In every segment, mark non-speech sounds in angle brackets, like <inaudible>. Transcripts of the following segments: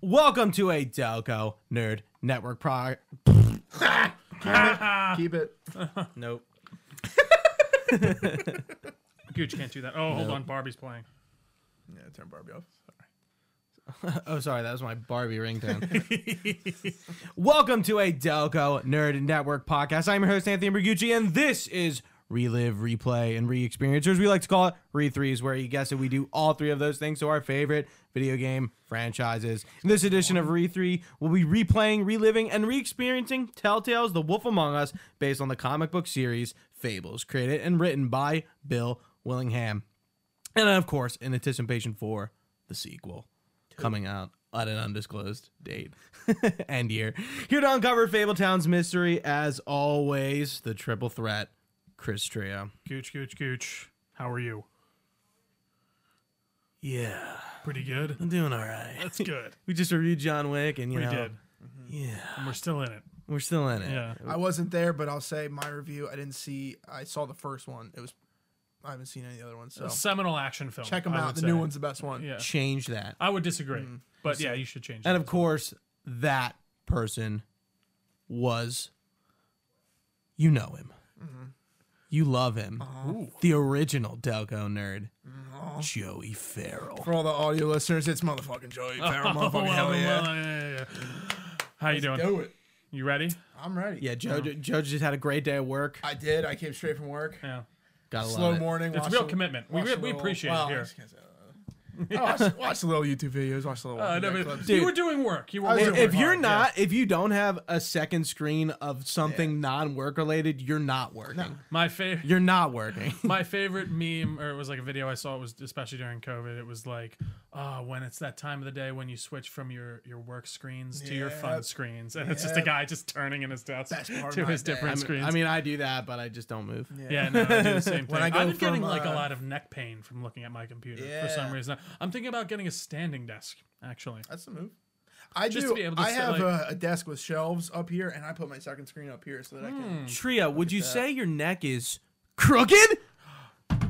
Welcome to a Delco Nerd Network pro. Keep it. Nope. Gooch can't do that. Oh, hold on. Barbie's playing. Yeah, turn Barbie off. Sorry. <laughs> Oh, sorry, that was my Barbie ringtone. Welcome to a Delco Nerd Network podcast. I'm your host, Anthony Bergucci, and this is Relive, Replay, and Re-Experience, or as we like to call it, Re-Threes, where you guess it, we do all three of those things to our favorite video game franchises. In this edition of Re-Three, we'll be replaying, reliving, and re-experiencing Telltale's The Wolf Among Us based on the comic book series Fables, created and written by Bill Willingham. And of course, in anticipation for the sequel coming out at an undisclosed date <laughs> and year. Here to uncover Fabletown's mystery, as always, the triple threat, Chris Trio. Gooch, Gooch, Gooch. How are you? Yeah, Pretty good. I'm doing all right. That's good. we just reviewed John Wick, and you We know, did. mm-hmm. yeah, And we're still in it. we're still in it. Yeah. I wasn't there, but I'll say my review. I didn't see. I saw the first one. It was. I haven't seen any of the other ones. So A seminal action film. check them I out. would The say. new one's Mm-hmm. the best one. Yeah. Change that, I would disagree. But yeah, you should change and <laughs> it. of course, that person was, you know him, Mm-hmm. you love him, Uh-huh. the original Delco nerd, Mm-hmm. Joey Farrell. For all the audio listeners, it's motherfucking Joey Farrell. <laughs> Oh, motherfucking hell well, yeah. well, yeah, yeah, yeah. How you doing? Do it. You ready? I'm ready. Yeah, Joe, Joe just had a great day at work. I did. I came straight from work. Yeah. Gotta Slow love it. morning. It's watched real a- commitment. We, watched re- a we little- appreciate well, it I here. just can't say, uh, I <laughs> watched, watched the little YouTube videos. Watched the little. Uh, no, internet but clips. you were doing work. You were I was working doing If you're hard, yeah. not, if you don't have a second screen of something non-work related, you're not working. my favorite. You're not <laughs> working. my favorite meme or it was like a video i saw it was especially during covid it was like ah, when it's that time of the day when you switch from your your work screens to your fun Yep. screens and it's just a guy just turning in his desk Best part of to my his day. different I mean, screens I mean, I do that, but I just don't move. yeah, no, I <laughs> do the same thing. I I've go been getting from, like a uh, lot of neck pain from looking at my computer for some Yeah. reason. I'm thinking about getting a standing desk, actually. That's the move. I Just do. to be able to I sit, have like- a, a desk with shelves up here, and I put my second screen up here so that I can. Tria, would you say your neck is crooked? Hmm.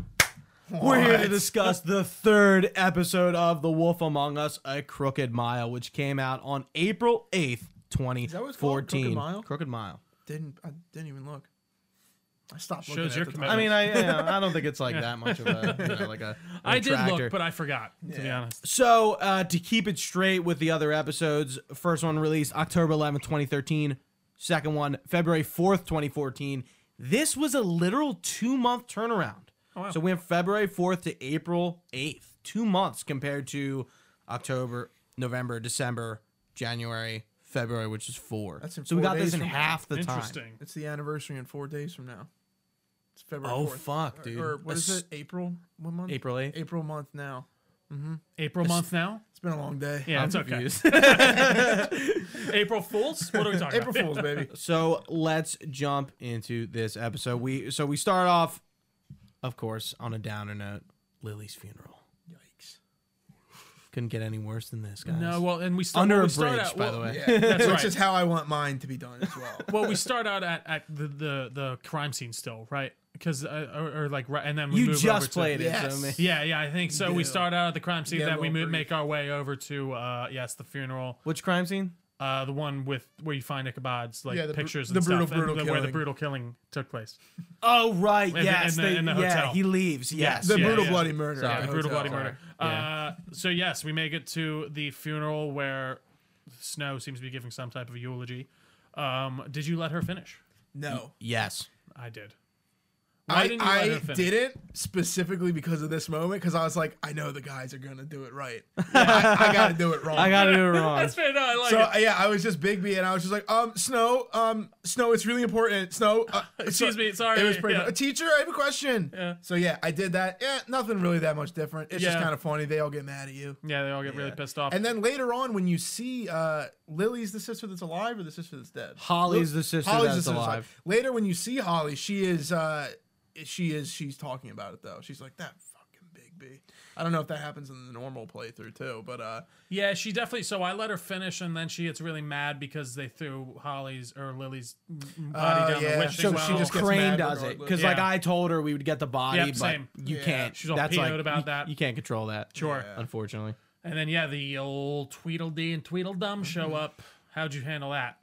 <laughs> We're here to What? discuss the third episode of The Wolf Among Us, A Crooked Mile, which came out on April 8th, 2014. that what it's called? Crooked Mile? Crooked Mile. Didn't I didn't even look. I stopped Shows looking. your at the commitment. I mean, I yeah, I don't think it's like that much of a you know, like a. <laughs> I did attractor. look, but I forgot, to be Yeah. honest. So uh, to keep it straight with the other episodes, first one released October 11th, 2013. Second one February 4th, 2014. This was a literal two month turnaround. Oh, wow. So we went February 4th to April 8th, two months compared to October, November, December, January, February, which is four. That's in so we four got this days in from now. half the time. Interesting. It's the anniversary in four days from now. It's February. Oh, 4th. fuck, Or- dude. Or what is That's- it? April. What month? April 8th. April month now. April month now? It's been a long day. Yeah, I'm it's <laughs> okay. confused. April Fools? What are we talking April about? Fools, baby. So let's jump into this episode. We so we start off, of course, on a downer note. Lily's funeral Yikes. couldn't get any worse than this, guys. No, well, and we start under well, a we start bridge, out- by well, the way. Yeah, That's which right. is how I want mine to be done as well. well, we start out at, at the, the the crime scene still, right? Because uh, or, or like right, and then we You move over just to- played it, so Yes. man. Yeah, yeah, I think so. We Yeah. start out at the crime scene, Yeah, then we little move, brief. make our way over to uh yes, the funeral, Which crime scene? uh the one with where you find Ichabod's like Yeah, the br- pictures the and brutal, stuff, and brutal the- where the killing. brutal killing took place. Oh right, the- yes, in the- they- in the yeah, hotel. he leaves. yes. The Yeah, brutal yeah. bloody murder. Sorry. at Yeah, the brutal hotel. body murder. Uh, so yes, we make it to the funeral where Snow seems to be giving some type of eulogy. Um, did you let her finish? No. Yes. I did. Why I, didn't you let her I finish? didn't specifically because of this moment because I was like, I know the guys are gonna do it right. I, I gotta do it wrong. I got to <laughs> do it wrong. Oh. That's fair. No, I like Uh, so uh, it. yeah, I was just Big B, and I was just like, um, Snow, um, Snow, it's really important. Snow, uh, <laughs> Excuse me, sorry, It was pretty. yeah. Uh, teacher, I have a question. Yeah. So yeah, I did that. Yeah, nothing really that much different. It's just Yeah. kind of funny. They all get mad at you. Yeah, they all get really Yeah. pissed off. And then later on, when you see uh, Lily's the sister that's alive or the sister that's dead. Holly's the sister Holly's that's the sister alive. Later, when you see Holly, she is, uh, she is, she's talking about it though. She's like that fucking Big B. I don't know if that happens in the normal playthrough too, but uh, Yeah, she definitely. So I let her finish, and then she gets really mad because they threw Holly's or Lily's m- body Oh, down yeah. the wishing So Well, she just gets Crane mad does it regardless. because like Yeah. I told her we would get the body, Yep, but same. you Yeah. can't. She's all That's like PO'd about you- that. You can't control that. Sure. Yeah. Unfortunately. And then yeah, the old Tweedledee and Tweedledum show up. How'd you handle that?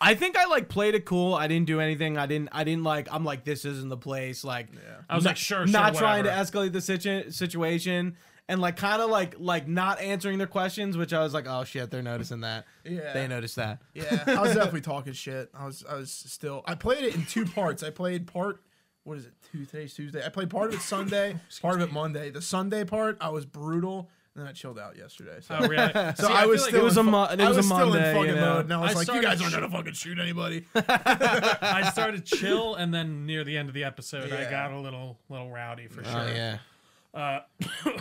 I think I like played it cool. I didn't do anything. I didn't. I didn't like. I'm like this isn't the place. Like Yeah. I was not- like, sure, sure, not trying to whatever. escalate the situ- situation and like kind of like like not answering their questions, which I was like, oh shit, they're noticing that. Yeah. they noticed that. Yeah, I was definitely talking shit. I was I was still I played it in two parts. I played part what is it? Two, today's Tuesday. I played part of <laughs> it Sunday, part of it Monday. The Sunday part I was brutal, and then I chilled out yesterday. So, Oh, really? so See, I, feel was like still It was in a fu- mo- it I was a still Monday, in fucking you know? mode, and I I was like, you started guys aren't sh- gonna fucking <laughs> shoot anybody. I started chill, and then near the end of the episode, I Yeah. got a little little rowdy for sure. Oh yeah.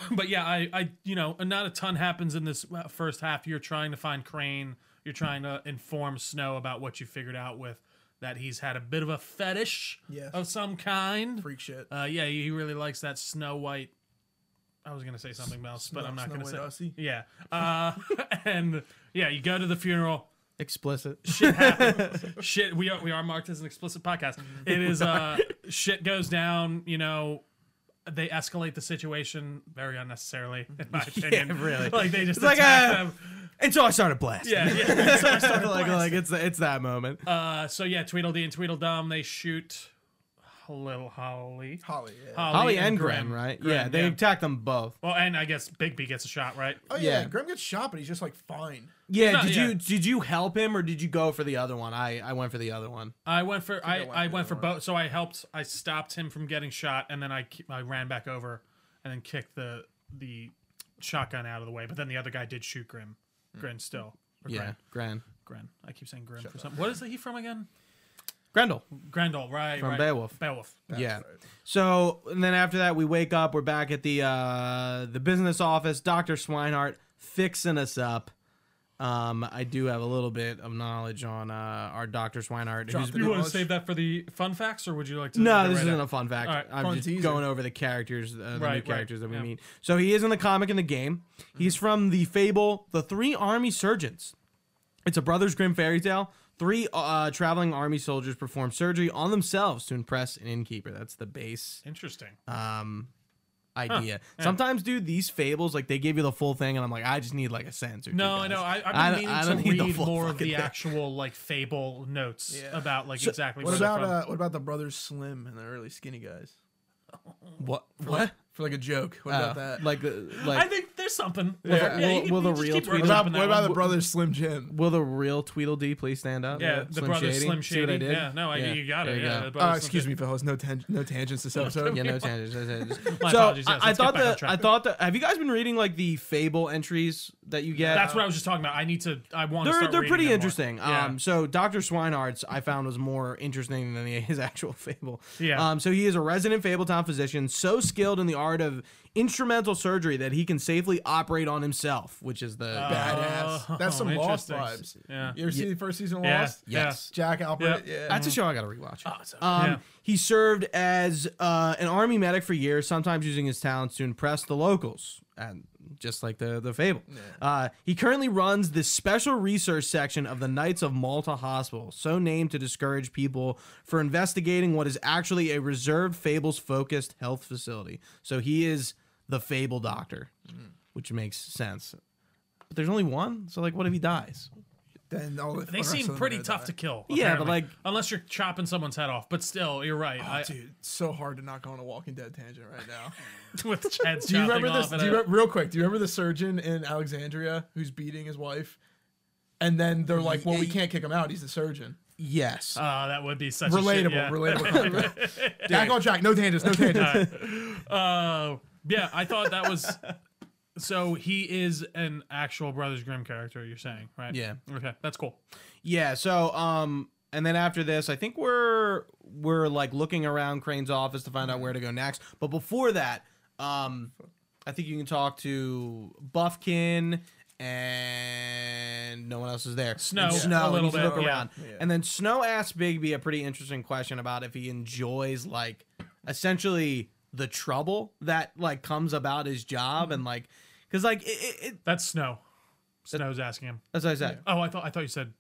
but yeah, I, I, you know, not a ton happens in this uh, first half. You're trying to find Crane. You're trying to inform Snow about what you figured out with that he's had a bit of a fetish Yes. of some kind. Freak shit. Uh, yeah, he really likes that Snow White. I was gonna say something else, but Snow- I'm not Snow gonna White say. Aussie? Yeah, uh, <laughs> and yeah, you go to the funeral. Explicit. <laughs> Shit happens. shit, we are we are marked as an explicit podcast. Mm-hmm. It <laughs> is uh, shit goes down. You know, they escalate the situation very unnecessarily, in <laughs> my opinion. really. <laughs> like they just It's like attack a- uh, them. And so I started blasting. <laughs> Yeah, yeah. <laughs> So I started like, blasting. like it's it's that moment. Uh, so yeah, Tweedledee and Tweedledum they shoot little Holly. Holly. Yeah. Holly and Graham, right? Grimm, yeah, they attacked them both. Well, and I guess Bigby gets a shot, right? Oh yeah, Yeah. Graham gets shot, but he's just like fine. Yeah, not- did yeah. you did you help him or did you go for the other one? I I went for the other one. I went for I, went I for went the for other both. So I helped. I stopped him from getting shot, and then I ke- I ran back over, and then kicked the the shotgun out of the way. But then the other guy did shoot Grim, Hmm. Grin still. Or Yeah, Grin. Gran. Grin. I keep saying Grim for something. What is he from again? Grendel. Grendel, right? From right. Beowulf. Beowulf. yeah. right. So and then after that, we wake up. We're back at the uh, the business office. Doctor Swinehart fixing us up. Um, I do have a little bit of knowledge on uh, our Doctor Swinehart. Drop who's- it. You want to Knowledge. save that for the fun facts, or would you like to? no, go this right isn't out? a fun fact. All right, I'm fun just teaser. going over the characters, uh, the Right, new right, characters that we yeah. Mm-hmm. meet. So he is in the comic and the game. He's from the fable, The Three Army Surgeons. It's a Brothers Grimm fairy tale. Three uh, traveling army soldiers perform surgery on themselves to impress an innkeeper. That's the base Interesting. um idea. Sometimes, dude, these fables like they give you the full thing, and I'm like, I just need like a sentence. Or two, No, I guys. know. I, I've been don't- meaning I don't to need the read full more of fucking the thing. actual like fable notes Yeah. about like exactly What where about they're from. uh, what about the brothers Slim and the early skinny guys? <laughs> what what For like a joke. What Oh, about that? like the like. I think there's something. Yeah. Will- will the real tweet? Tweedledum- what about, what about the brothers Slim Jim? Will the real Tweedledee please stand up? Yeah, the brother Slim See what I Shady. did? Yeah, no, I, you got there it. you yeah, go. the <laughs> brother Uh, Slim excuse me, Shady. fellas. No tan- no tangents this episode. Yeah, no tangents. no tangents. My so apologies, yes, I, I let's get thought back on that track. I thought that. Have you guys been reading like the fable entries that you get? That's what I was just talking about. I need to. I want. to they're start they're reading pretty them more. interesting. Yeah. Um, so Doctor Swinehart's I found was more interesting than the, <laughs> his actual fable. Yeah. Um, so he is a resident Fabletown physician, so skilled in the art of instrumental surgery that he can safely operate on himself, which is the <laughs> Uh, Badass. Oh, That's some Lost interesting. vibes. Yeah. You ever see the first season of Yeah. Lost? Yeah. Yes. Jack Alpert. Yep. Yeah. Uh, That's a show I gotta rewatch. Oh, awesome. Um, Yeah. He served as uh, an army medic for years, sometimes using his talents to impress the locals, and just like the the fable. Uh, he currently runs the special research section of the Knights of Malta Hospital, so named to discourage people for investigating what is actually a reserved fables focused health facility. So he is the fable doctor, which makes sense. But there's only one, so like, what if he dies? Then all the They rest of seem them pretty are tough to there. kill. Yeah, but, apparently. like- unless you're chopping someone's head off. But still, you're right. I, Dude, it's so hard to not go on a Walking Dead tangent right <laughs> now. with Chad's do you chopping remember this? off and Do you a- re- real quick, do you remember the surgeon in Alexandria who's beating his wife? And then they're like, well, we can't kick him out. He's the surgeon. Yes. Uh, that would be such Relatable, A shit, yeah. <laughs> relatable. content. Back on track. No tangents, no tangents. Uh, yeah, I thought that was. so he is an actual Brothers Grimm character. You're saying, right? Yeah. Okay, that's cool. Yeah, so um and then after this, I think we're we're like looking around Crane's office to find out where to go next. But before that, um I think you can talk to Buffkin and no one else is there. Snow, And a Snow and little he's bit, look yeah. around. Yeah. And then Snow asks Bigby a pretty interesting question about if he enjoys like essentially the trouble that like comes about his job and like cuz like it, it, it That's Snow. Snow's asking him. as I said, Oh, I thought I thought you said.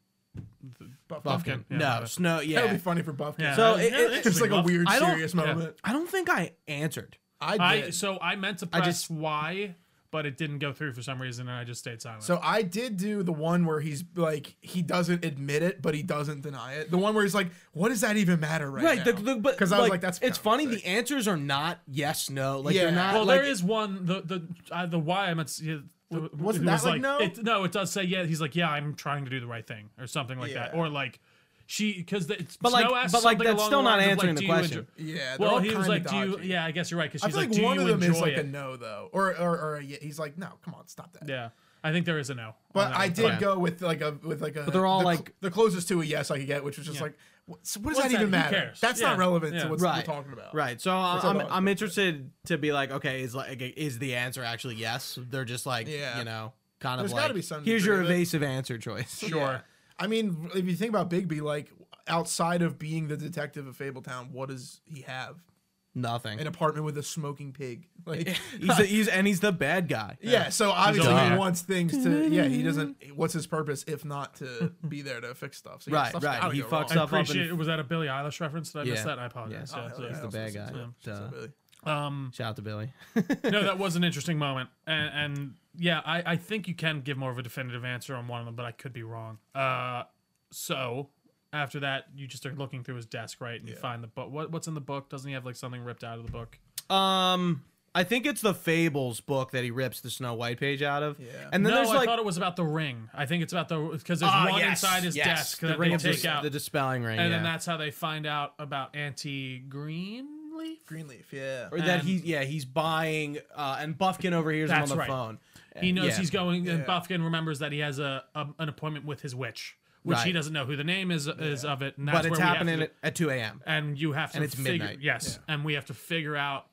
Buffkin. Buffkin, yeah, no, but- Snow, yeah. <laughs> That'll be funny for Buff. Yeah. So that was- it- yeah, it- that's it's just like interesting. a weird, I don't- serious yeah. moment. I don't think I answered. I I did. so I meant to press just- Y, but it didn't go through for some reason, and I just stayed silent. So I did do the one where he's like he doesn't admit it, but he doesn't deny it. The one where he's like, "What does that even matter right, Right, the, now?" the, but because I was like, "That's it's funny. The counterproductive." answers are not yes, no. Like Yeah. they're not. well, like, there is one the the uh, the why I'm at. s- yeah, the- wasn't it that was like no? It, no, it does say yeah. He's like yeah, I'm trying to do the right thing or something like that, Yeah. or like she because it's But, like- Snow asked but, like, something that's along still the not lines of, answering like, the do you question. enjoy- yeah. they're Well, all he was kinda like, do dodgy. you? Yeah, I guess you're right. Because I she's feel like, like, do one of you them is enjoy like a it? no though, or or or a, ye- he's like, "No, come on, stop that." Yeah, I think there is a no. on But that I one. did Yeah. go with like a with like a. But they're all, the, cl- like- the closest to a yes I could get, which was just Yeah. like, what, so what does What's that even that? Who matter? cares? That's Yeah. not relevant Yeah. to what's Right. we're talking about. Right. So all I'm, that I'm, was I'm interested to be like, okay, is like is the answer actually yes? They're just like, Yeah. you know, kind There's of like, gotta be some here's degree your of it. evasive answer choice. Yeah. I mean, if you think about Bigby, like outside of being the detective of Fabletown, what does he have? <laughs> Nothing. An apartment with a <laughs> smoking pig. Like <laughs> he's, the, he's and he's the bad guy. Yeah, so obviously Duh. he wants things to. Yeah, he doesn't. What's his purpose if not to be there to fix stuff? So yeah, Right, stuff's right, gotta he go fucks I wrong. up in- appreciate. Was that a Billie Eilish reference? Did I Yeah. miss that? I apologize. Yeah. Yeah, Oh, so- hell He's yeah. the bad guy. Yeah, So, really. Um, shout out to Billy. <laughs> no, that was an interesting moment, and, and yeah, I, I think you can give more of a definitive answer on one of them, but I could be wrong. Uh, so after that, you just are looking through his desk, right, and you find the book. What, what's in the book? Doesn't he have like something ripped out of the book? Um, I think it's the Fables book that he rips the Snow White page out of. Yeah. And then no, there's I like thought it was about the ring. I think it's about the because there's Ah, one yes, inside his yes, desk the that ring they of take dis- out, the dispelling ring, and yeah. then that's how they find out about Auntie Greenleaf. Greenleaf, yeah. or that and- he yeah he's buying uh, and Buffkin overhears him on That's the right. phone. He knows Yeah. he's going, and Yeah. Buffkin remembers that he has a, a an appointment with his witch, which he Right. doesn't know who the name is is of it. And that's but it's where we have to happening do- at, at 2 a.m. and you have to and it's figure, midnight. Yes, and we have to figure out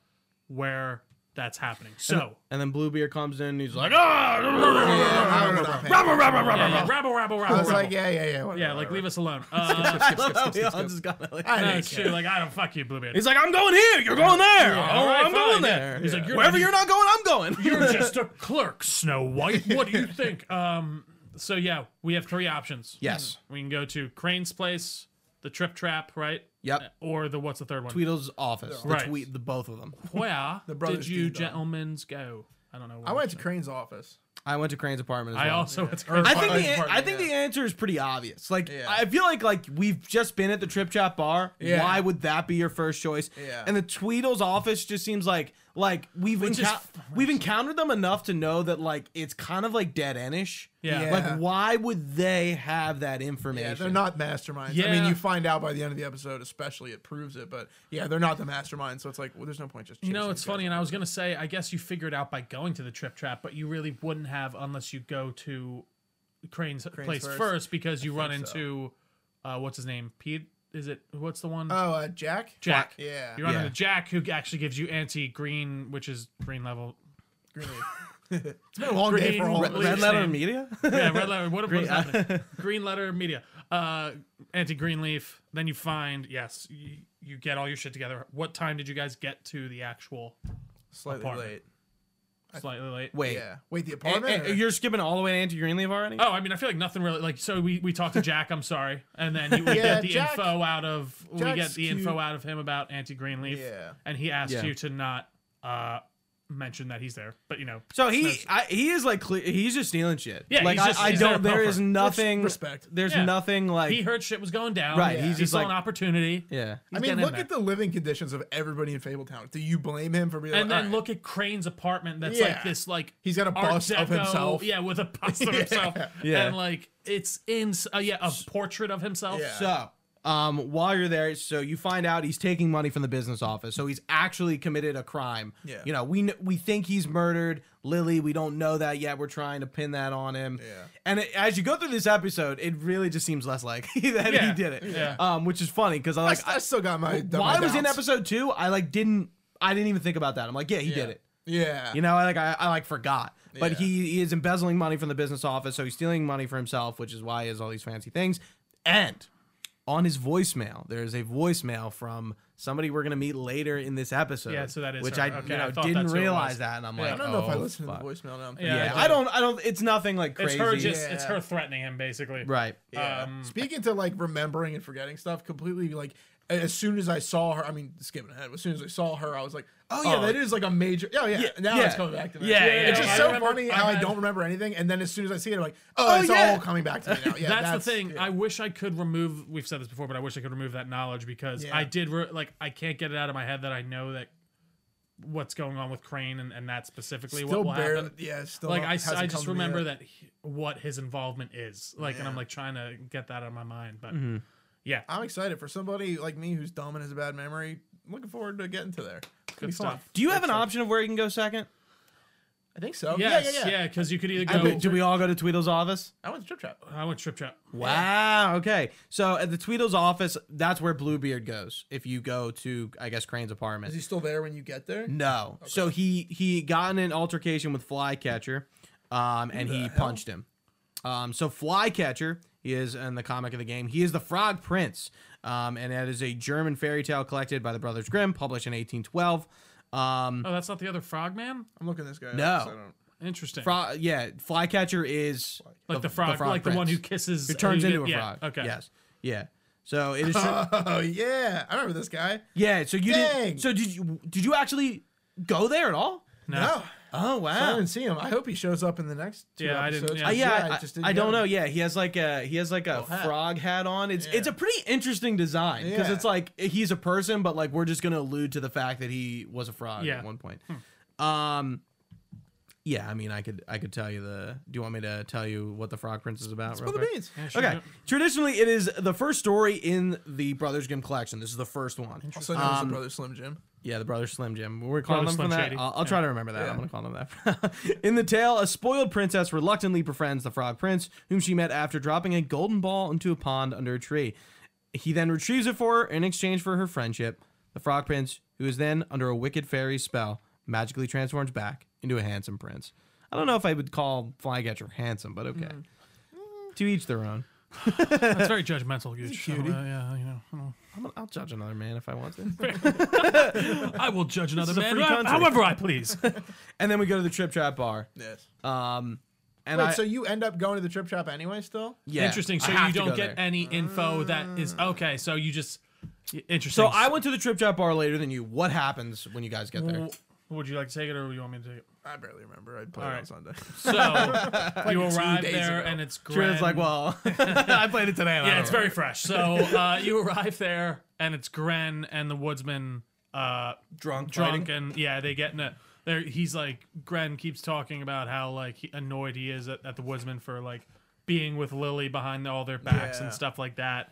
where that's happening. So And then Bluebeard comes in and he's like, Mm-hmm. ah, I was not paying attention. yeah, yeah, rabble, rabble, rabble, I was rabble. like, yeah, yeah, yeah. whatever, yeah, like whatever. leave us alone. Uh, "Ah, I love how we all just got like- I no, didn't it's care. true. Like I don't fuck you, Bluebeard. He's like, I'm going here. You're going there. Yeah, oh, all right, I'm fine, going yeah. there. He's like, "You're wherever not- you're not going, I'm going. <laughs> You're just a clerk, Snow White. What do you think? Um, so yeah, we have three options. <laughs> Yes. we can go to Crane's place, the Trip Trap, right? Uh, Yep. Or the what's the third one? Tweedle's office. The Right. tweet, the both of them. Where did brothers you Dean Dog. gentlemen go? I don't know. I went to Crane's office. I went to Crane's apartment. As I well. also went to Or- Crane's. I think Oh, the his an- I apartment, think yeah. the answer is pretty obvious. Like Yeah. I feel like like we've just been at the Trip Trap bar. Yeah. Why would that be your first choice? Yeah. And the Tweedle's office just seems like like we've Which is encou- f- we've encountered them enough to know that like it's kind of like dead endish. Yeah. Yeah. Like why would they have that information? Yeah, they're not masterminds. I mean, Yeah. you find out by the end of the episode, especially it proves it. But yeah, they're not the masterminds, so it's like, well, there's no point just. You know, chasing it's these guys. funny, and I was gonna say, I guess you figure it out by going to the trip trap, but you really wouldn't have unless you go to Crane's, place first, first. because you run think so. into uh, what's his name, Pete? Is it what's the one? Oh, uh, Jack. Jack. Yeah. You run Yeah. into Jack, who actually gives you anti green, which is green level. Greenleaf. <laughs> it's been a long day for all Red, of Greenleaf. Red us. Letter Name. Media. <laughs> Yeah, red letter. What, what is Green- happening? green letter media. Uh, anti green leaf. Then you find yes, you, you get all your shit together. What time did you guys get to the actual? Slightly Apartment. late. Slightly late. Wait. Yeah. Wait, the Eh, apartment. eh, or- you're skipping all the way to Anti Greenleaf already? Oh, I mean, I feel like nothing really. Like, so we, we talked to Jack. I'm sorry, and then you, we Yeah, get the Jack- info out of we get Jack's the cute. info out of him about Auntie Greenleaf. Yeah. and he asked Yeah. you to not uh mention that he's there, but you know, So he I, he is like cle- he's just stealing shit. Yeah, like he's just- I, I he's don't. there There for is comfort. nothing. Respect. There's Yeah. nothing like. he heard shit was going down. Right, he's he's just saw like- an opportunity. yeah. I mean, look at the living conditions of everybody in Fabletown. Do you blame him for being? like, and then "All right, look at Crane's apartment. That's like Yeah. this like He's got a Art bust of Deco- himself. Yeah, with a bust <laughs> of himself. Yeah. and like it's in uh, yeah a portrait of himself. Yeah. So, um, while you're there, so you find out he's taking money from the business office. So he's actually committed a crime. Yeah. You know, we kn- we think he's murdered Lily. We don't know that yet. We're trying to pin that on him. Yeah. And it, as you go through this episode, it really just seems less likely that <laughs> he Yeah. did it. Yeah. Um, which is funny because I I, like st- I still got my. I, while I was in doubts. episode two, I like didn't I didn't even think about that. I'm like, yeah, he did it. Yeah. You know, I like I, I like forgot. But Yeah. he, he is embezzling money from the business office, so he's stealing money for himself, which is why he has all these fancy things. And on his voicemail, there is a voicemail from somebody we're gonna meet later in this episode. Yeah, so that is which her. I Okay, you know, I thought didn't that's who it realize was. that, and I'm Yeah, like, I don't know if I oh, listened fuck. to the voicemail now. Yeah, Yeah, I I don't. I don't. It's nothing like it's crazy. her just it's Yeah. her threatening him basically. right. Yeah. Um, Speaking to like remembering and forgetting stuff, completely like as soon as I saw her, I mean, skipping ahead, as soon as I saw her, I was like, oh, yeah, Oh. that is like a major. Oh, yeah. Yeah, now yeah. it's coming back to me. Yeah, yeah, It's yeah. just I so remember- funny I how I had- don't remember anything. And then as soon as I see it, I'm like, Oh, oh, it's yeah. all coming back to me <laughs> now. Yeah, that's, the thing. I wish I could remove. We've said this before, but I wish I could remove that knowledge because Yeah. I did. Re- like I can't get it out of my head that I know that what's going on with Crane and, and that specifically Still what will barely, happen. yeah, still Like not- I, s- hasn't I come just to me remember yet. that he- what his involvement is like, and I'm Yeah. like trying to get that out of my mind. But yeah, I'm excited for somebody like me who's dumb and has a bad memory. Looking forward to getting to there. It's gonna good be fun. stuff. Do you have an option of where you can go second? I think so. Yes, Oh, yeah, yeah, yeah. yeah, because you could either I go. bet- Do we all go to Tweedle's office? I went to Trip Trap. I went trip trap. Wow. Okay. So at the Tweedle's office, that's where Bluebeard goes. If you go to, I guess, Crane's apartment. Is he still there when you get there? No. So he he got in an altercation with Flycatcher, um, and the he hell? punched him. Um, so Flycatcher, he is in the comic of the game. He is the Frog Prince, um, and that is a German fairy tale collected by the Brothers Grimm, published in 1812. Um, Oh, that's not the other Frogman. I'm looking this guy. up, No. so I don't- Interesting. Fro- yeah, Flycatcher is like the, frog, like the one who Prince, kisses, who turns you into a get- yeah, frog. Okay. Yes. Yeah. So it is. <laughs> Oh yeah, I remember this guy. yeah. So you Dang. didn't. So did you? Did you actually go there at all? No. No, Oh I wow. haven't seen him. I hope he shows up in the next. Two Yeah, I didn't- episodes. yeah. Uh, Uh, yeah, I, didn't I get don't him. know. Yeah, he has like a he has like a hat. frog hat on. It's it's Yeah. a pretty interesting design because Yeah. it's like he's a person, but like we're just gonna allude to the fact that he was a frog Yeah. at one point. Um, yeah, I mean, I could I could tell you the. Do you want me to tell you what the Frog Prince is about? real Spill the quick? beans. Yeah, sure. Okay, traditionally it is the first story in the Brothers Grimm collection. This is the first one. Also known as the Um, brother Slim Jim. Yeah, the brother Slim Jim. We're calling Brother them Slim that. Shady. I'll, I'll try to remember that. I'm Yeah. going to call them that. <laughs> In the tale, a spoiled princess reluctantly befriends the frog prince, whom she met after dropping a golden ball into a pond under a tree. He then retrieves it for her in exchange for her friendship. The frog prince, who is then under a wicked fairy's spell, magically transforms back into a handsome prince. I don't know if I would call Flycatcher handsome, but okay. Mm. Mm. To each their own. That's very judgmental, Gooch. cutie. Uh, yeah, you know. I don't- I'm, I'll judge another man if I want to. <laughs> I will judge another is a man, free how- country. however <laughs> I please. and then we go to the Trip Trap Bar. Yes. Um, and Wait, I, so you end up going to the Trip Trap anyway? Still? yeah, Interesting. I So have you to don't go get there. any info that is okay. So you just interesting. So I went to the trip trap bar later than you. What happens when you guys get there? W- Would you like to take it, or do you want me to take it? I barely remember. I played All it on Sunday. right. <laughs> <laughs> So you arrive days there, ago. and it's great. Trina's like, well, <laughs> I played it today. and I Yeah, don't it's know. very fresh. So uh, you arrive there, and it's Gren and the woodsman uh, Drunk. drunk, and yeah, they get in a. There, he's like Gren keeps talking about how like he, annoyed he is at, at the woodsman for like being with Lily behind all their backs Yeah. and stuff like that.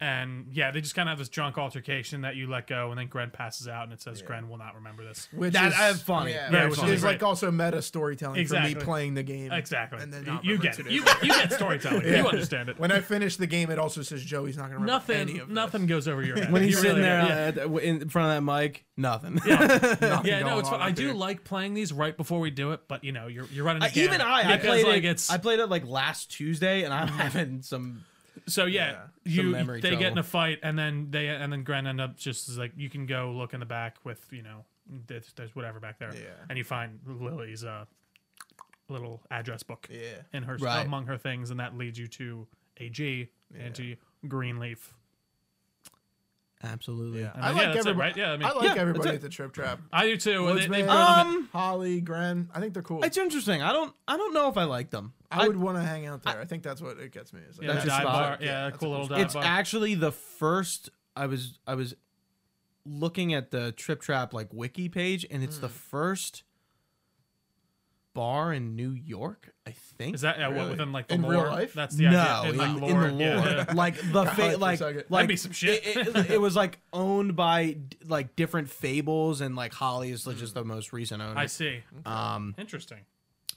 And yeah, they just kind of have this drunk altercation that you let go, and then Gren passes out, and it says Gren will not remember this. Which That- is uh, funny. Yeah, Very which funny. is like also meta storytelling for Exactly. me playing the game. Exactly. And then You- not you remember get to it. do You, get- you <laughs> get storytelling. You understand it. When I finish the game, it also says Joey's not going to remember any nothing, of this. nothing goes over your head. When You he's sitting really there don't. Yeah. uh, at- in front of that mic, nothing. <laughs> Yeah, no, going it's. on Fun. I up do here. like playing these right before we do it, but you know, you're you're running. A Uh, gamut Even I, I because, played like it. it's. I played it like last Tuesday, and I'm <laughs> having some. so yeah, some you memory they get in trouble. a fight, and then they and then Gren end up just is like you can go look in the back with you know there's, there's whatever back there, Yeah. and you find Lily's uh little address book <laughs> Yeah. in her Right. among her things, and that leads you to AG and to Greenleaf. Absolutely. Yeah. And I then, like yeah, that's it, everybody. right? Yeah, I mean, I I, like Yeah, everybody that's it. at the Trip Trap. do too. and they- they Woodsman. brought them in- Um, Holly, Gren. I think they're cool. it's interesting. I don't. I don't know if I like them. I would want to hang out there. I, think that's what it gets me. Is like, yeah, that's the your dive spot. bar. Yeah, that's a cool cool little spot. dive it's bar. actually the first. I was. I was looking at the Trip Trap like wiki page, and it's the Hmm. first bar in New York. I think. Is that yeah, what Really? within like the In real lore? life? That's the idea. no, In, like, in, lore. in the yeah, lore, yeah. <laughs> like the for fa- a like second. That'd like be some shit. It, it- it was <laughs> like owned by d- like different fables, and like Holly is like, just the most recent owner. Hmm. I see. um, Interesting.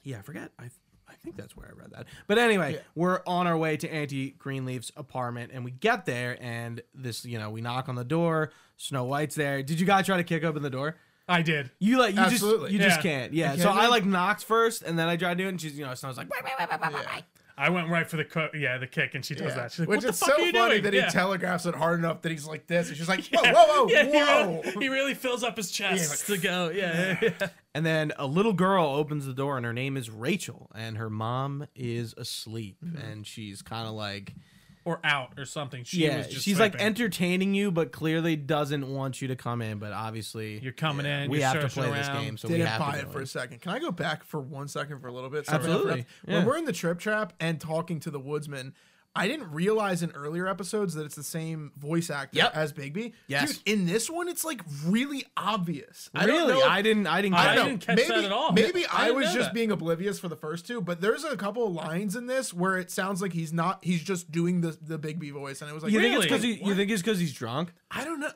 yeah, I forget. I I think that's where I read that. But anyway, we're on our way to Auntie Greenleaf's apartment, and we get there, and this you know we knock on the door. Snow White's there. Did you guys try to kick open the door? I did. You like you Absolutely. just you Yeah. just can't. Yeah. You so can't I do it? like knocked first, and then I tried doing. it, And she's you know Snow's like. Yeah. I went right for the co- yeah the kick, and she does Yeah. that. She's like, Which what the is fuck so are you funny doing? that yeah. he telegraphs it hard enough that he's like this. It's just like, <laughs> whoa, whoa, whoa, Yeah, Oh, whoa. He, really, he really fills up his chest to go. Yeah, yeah, yeah. And then a little girl opens the door, Mm-hmm. and her name is Rachel, and her mom is asleep, and she's kind of like, or out or something. She yeah, was just she's like typing. entertaining you, but clearly doesn't want you to come in. But obviously, You're coming in. we you're have to searching play this around. game, so we Didn't have buy to. it do for a second. Can I go back for one second for a little bit? I Absolutely, forgot. When yeah. we're in the trip trap and talking to the woodsman, I didn't realize in earlier episodes that it's the same voice actor Yep. as Bigby. Yes. Dude, in this one, it's like really obvious. I don't really, know if- I didn't. I didn't. I get it. don't know. didn't catch maybe, that at all. Maybe I I, didn't was know just that. being oblivious for the first two, but there's a couple of lines in this where it sounds like he's not. He's just doing the the Big B voice, and it was like, You think Really? it's because you think it's because he's drunk? I don't know.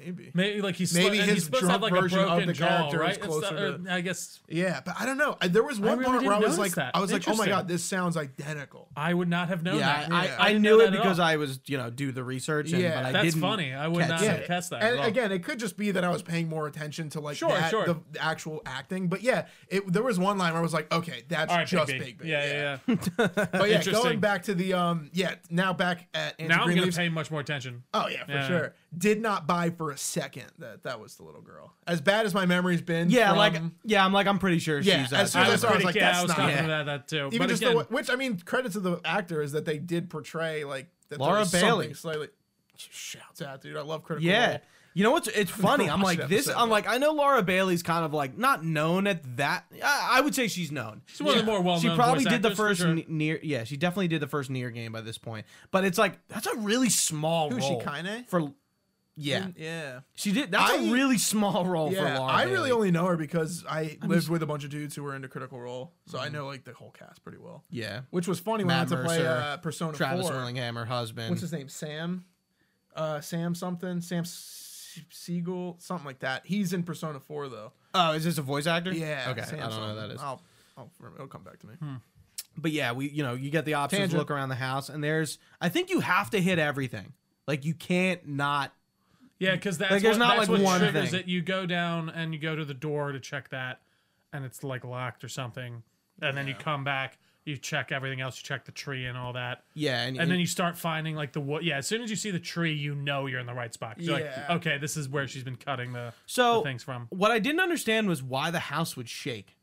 Maybe. Maybe like he's Maybe maybe his he's supposed to have drunk like a version of broken the jaw, character is right? It's closer not- to- or I guess Yeah, but I don't know. I- There was one really part where didn't I was notice like, that. I was like, oh my Interesting. god, this sounds identical. I would not have known Yeah, that. I, Yeah. I, didn't know knew that it at because all. I was you know do the research. And, Yeah. but I That's didn't funny. I would catch not it. have catch that. at And all. again, it could just be that I was paying more attention to like Sure, that, sure. the the actual acting. But yeah, it, there was one line where I was like, okay, that's all right, just Big B. Big B. Yeah, yeah, yeah. But yeah, Interesting. going back to the um, yeah, now back at Andrew now I'm gonna Greenleaf's. pay much more attention. oh yeah, for Yeah. sure. Did not buy for a second that that was the little girl. As bad as my memory's been, Yeah, from- like yeah, I'm like I'm pretty sure Yeah, she's. as that soon type as I of saw person. it, I was like, yeah, that's I was not- talking Yeah. about that too. even but just again, the which I mean, credit to the actor is that they did portray like that there Laura was something Bailey. slightly. Shouts out, dude! I love critical. Yeah. Role. You know what's? <laughs> It's funny. I'm like watched that this. episode I'm yet. like I know Laura Bailey's kind of like not known at that. I, I would say she's known. she's one of the more well-known. she probably voice did the actors, for first sure. ne- near. Yeah, she definitely did the first near game by this point. But it's like that's a really small Who, she role. Kine? for. Yeah, Mm, yeah. she did. That's a I- really small role for Yeah, Laura. I really Bailey. only know her because I lived with a bunch of dudes who were into Critical Role, so I know like the whole cast pretty well. Mm-hmm. Yeah, Which was funny when I had Matt to play Mercer, uh, Persona Travis Four. Willingham, her husband. What's his name? Sam, uh, Sam something, Sam S- Siegel, something like that. He's in Persona Four though. oh, is this a voice actor? Yeah. Okay, Sam I don't know something. who that is. I'll, I'll, remember- it'll come back to me. But yeah, we you know you get the options. Tangent. Look around the house, and there's. I think you have to hit everything. Like you can't not Yeah, because that's Like, there's what, not, that's like, what one triggers thing. it. You go down and you go to the door to check that, and it's like locked or something. And then you come back, you check everything else, you check the tree and all that, Yeah, and, and then you start finding like the wood. Yeah, as soon as you see the tree, you know you're in the right spot. 'Cause You're Yeah. like, okay, this is where she's been cutting the, so the things from. what I didn't understand was why the house would shake.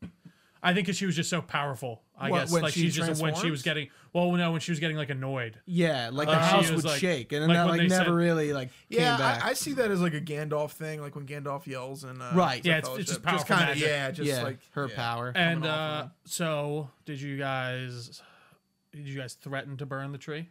I think 'cause she was just so powerful. I What, guess when like she she's just when she transforms? was getting well, no, when she was getting like annoyed. Yeah, like the Like Uh, she house was would like- shake, and then like that when like they never said- really like Yeah, came back. I, I see that as like a Gandalf thing, like when Gandalf yells and uh, Right. the Yeah, it's- it's just Fellowship. powerful kinda- magic. yeah, just yeah, like her yeah. power. And off uh, of it. so, did you guys? Did you guys threaten to burn the tree?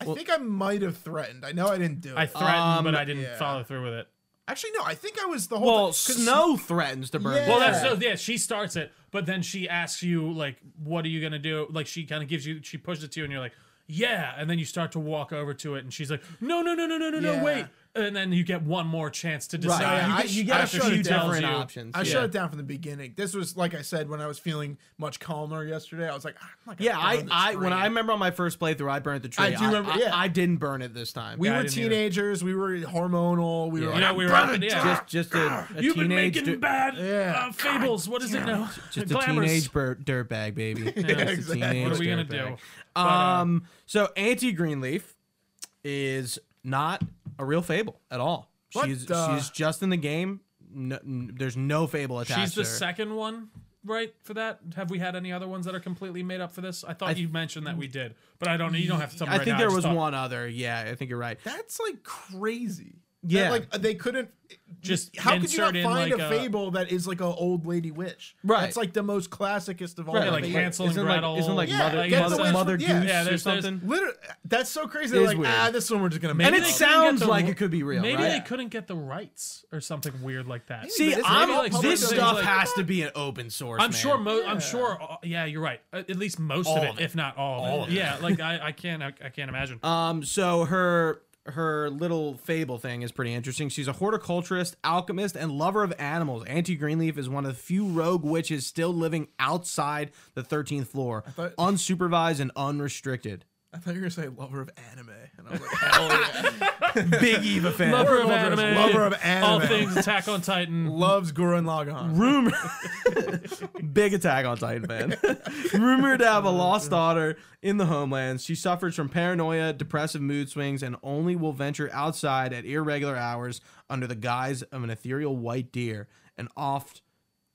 I think I might have threatened. I know I didn't do it. I threatened, but Um, I didn't yeah. follow through with it. Actually, no. I think I was the whole. well, time- 'cause snow threatens to burn. Yeah. the Well, that's tree. so yeah. She starts it, but then she asks you like, "What are you gonna do?" Like she kind of gives you, she pushes it to you, and you're like, "Yeah," and then you start to walk over to it, and she's like, "No, no, no, no, no, no, Yeah. no, wait!" And then you get one more chance to decide. Yeah, you, I get, you sh- get I a shut few it down. different I options. I yeah. shut it down from the beginning. This was like I said when I was feeling much calmer yesterday. I was like, "Ah, I'm not gonna Yeah, I, burn this I when tree." I remember on my first playthrough, I burnt the tree. I do remember- I, yeah. I didn't burn it this time. we Yeah, were I didn't either. teenagers, we were hormonal, we were Yeah. like, Yeah, we were up in- "Burn it yeah. down." just just a, a You've been teenage making dir- bad Yeah. uh, fables. What is it now? just a Glamours. teenage bur- dirtbag <laughs> baby. Just a exactly. teenage What are we gonna dirtbag. do? But, uh, Um, so Auntie Greenleaf is not a real fable at all. What She's the- she's just in the game. No, n- there's no fable attached. she's the to her. second one. Right for that? Have we had any other ones that are completely made up for this? I thought you mentioned that we did, but I don't. You don't have to tell me. I right think now, there just was thought- one other. Yeah, I think you're right. That's like crazy. That, Yeah. like they couldn't. Just how could you not insert in, find like, a a- fable that is like an old lady witch? Right. That's like the most classicist of all. Right, Yeah, the like fables. Hansel and isn't Gretel. like isn't like Yeah, mother like, it's mother, away mother from- yeah. goose Yeah, or there's- there's- something. Literally, that's so crazy. They're It is like, weird. ah, this one we're just gonna make. and Maybe it they up." couldn't get sounds the like ri- it could be real. Maybe right? they couldn't get the rights or something weird like that. See, But it's I'm, maybe, like, this public stuff domain. has to be an open source. I'm man. sure. Mo- I'm sure. uh, yeah, you're right. Uh, At least most All of it, of it. if not all. Of it. Yeah, like I, I can't. I, I can't imagine. Um, so her her little fable thing is pretty interesting. She's a horticulturist, alchemist, and lover of animals. Auntie Greenleaf is one of the few rogue witches still living outside the 13th floor, thought- unsupervised and unrestricted. I thought you were gonna say lover of anime, and I was like, hell yeah. <laughs> Big Eva fan. lover of World is anime. lover of All anime. things Attack on Titan. Loves Gurren Lagann. Rumor, <laughs> big attack on Titan fan. <laughs> Rumored to have a lost daughter in the homelands, she suffers from paranoia, depressive mood swings, and only will venture outside at irregular hours under the guise of an ethereal white deer, an oft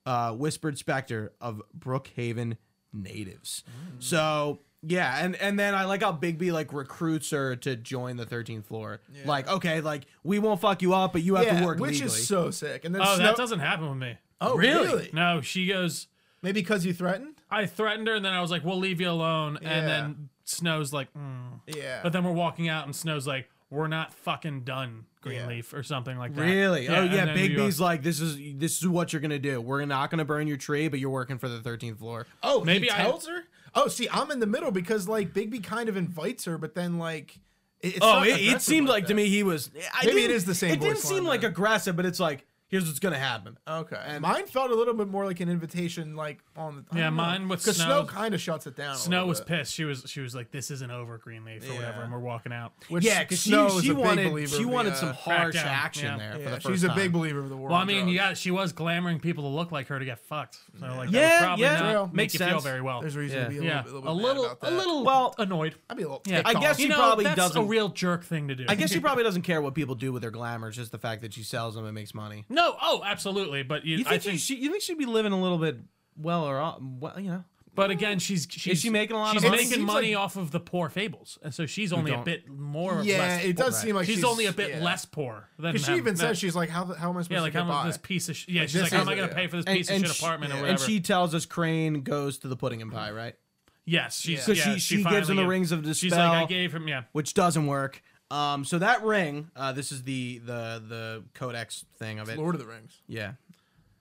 Mm. uh, whispered specter of Brookhaven natives. So Yeah, and and then I like how Bigby like recruits her to join the 13th floor. Like, okay, like we won't fuck you up, but you have yeah, to work which legally. is so sick. And then Oh, Snow- that doesn't happen with me. Oh, really? No, she goes. maybe because you threatened. I threatened her, and then I was like, "We'll leave you alone." Yeah. And then Snow's like, mm. Yeah, but then we're walking out, and Snow's like, "We're not fucking done, Greenleaf," or something like that. Really? oh and yeah, then you go- Bigby's like this is this is what you're gonna do. We're not gonna burn your tree, but you're working for the 13th floor. Oh, maybe Maybe he I- tells her. Oh, see, I'm in the middle because like Bigby kind of invites her, but then like, it- it's Oh, not it, it aggressive seemed like to that. me he was. I Maybe it didn't- is the same It didn't voice seem line, like though. aggressive, but it's like here's what's gonna happen. Uh, Okay, mine felt a little bit more like an invitation, like on the I Yeah, don't know. mine with 'Cause Snow- kind of shuts it down. a Snow little was bit. pissed. She was she was like, "This isn't over, Greenleaf," or whatever. Oh, Yeah. And we're walking out. Which yeah, because she, Snow is she a big wanted believer she of the, wanted uh, some harsh crackdown, action yeah. there Yeah, for the first she's a big time. believer of the war. Well, I on mean, drugs. yeah, she was glamoring people to look like her to get fucked. So like, that Yeah, would probably yeah. not True. make Makes you feel sense. very well. there's reason yeah. to be a yeah, little, bit- a bit mad little, about a that. little Well- annoyed. I'd be a little. Yeah, ticked I off. guess you she know, probably that's doesn't- a real jerk thing to do. I guess she probably doesn't care what people do with their glamour. It's just the fact that she sells them and makes money. no. Oh, absolutely. But you, You I think, think. she, you think she'd be living a little bit well or off- well, you know? but again, she's, she's she making a lot she's of money? It making seems money like- off of the poor fables, and so she's only a don't- bit more. Or Yeah, less it does Right. seem like She's, she's only a bit yeah. less poor than Because she him. even That- says she's like, how the, how am I supposed yeah, to like get how much by? this piece of sh- yeah. she's this like, how am I is- gonna yeah. pay for this And- piece and of shit she- apartment or yeah. whatever? And she tells us Crane goes to the pudding and pie, right? yes, she's So yeah, she, she, finally gives him the rings of She's dispel, like, I gave him yeah. which doesn't work. Um, so that ring, uh, this is the the the codex thing of it. Lord of the Rings. Yeah,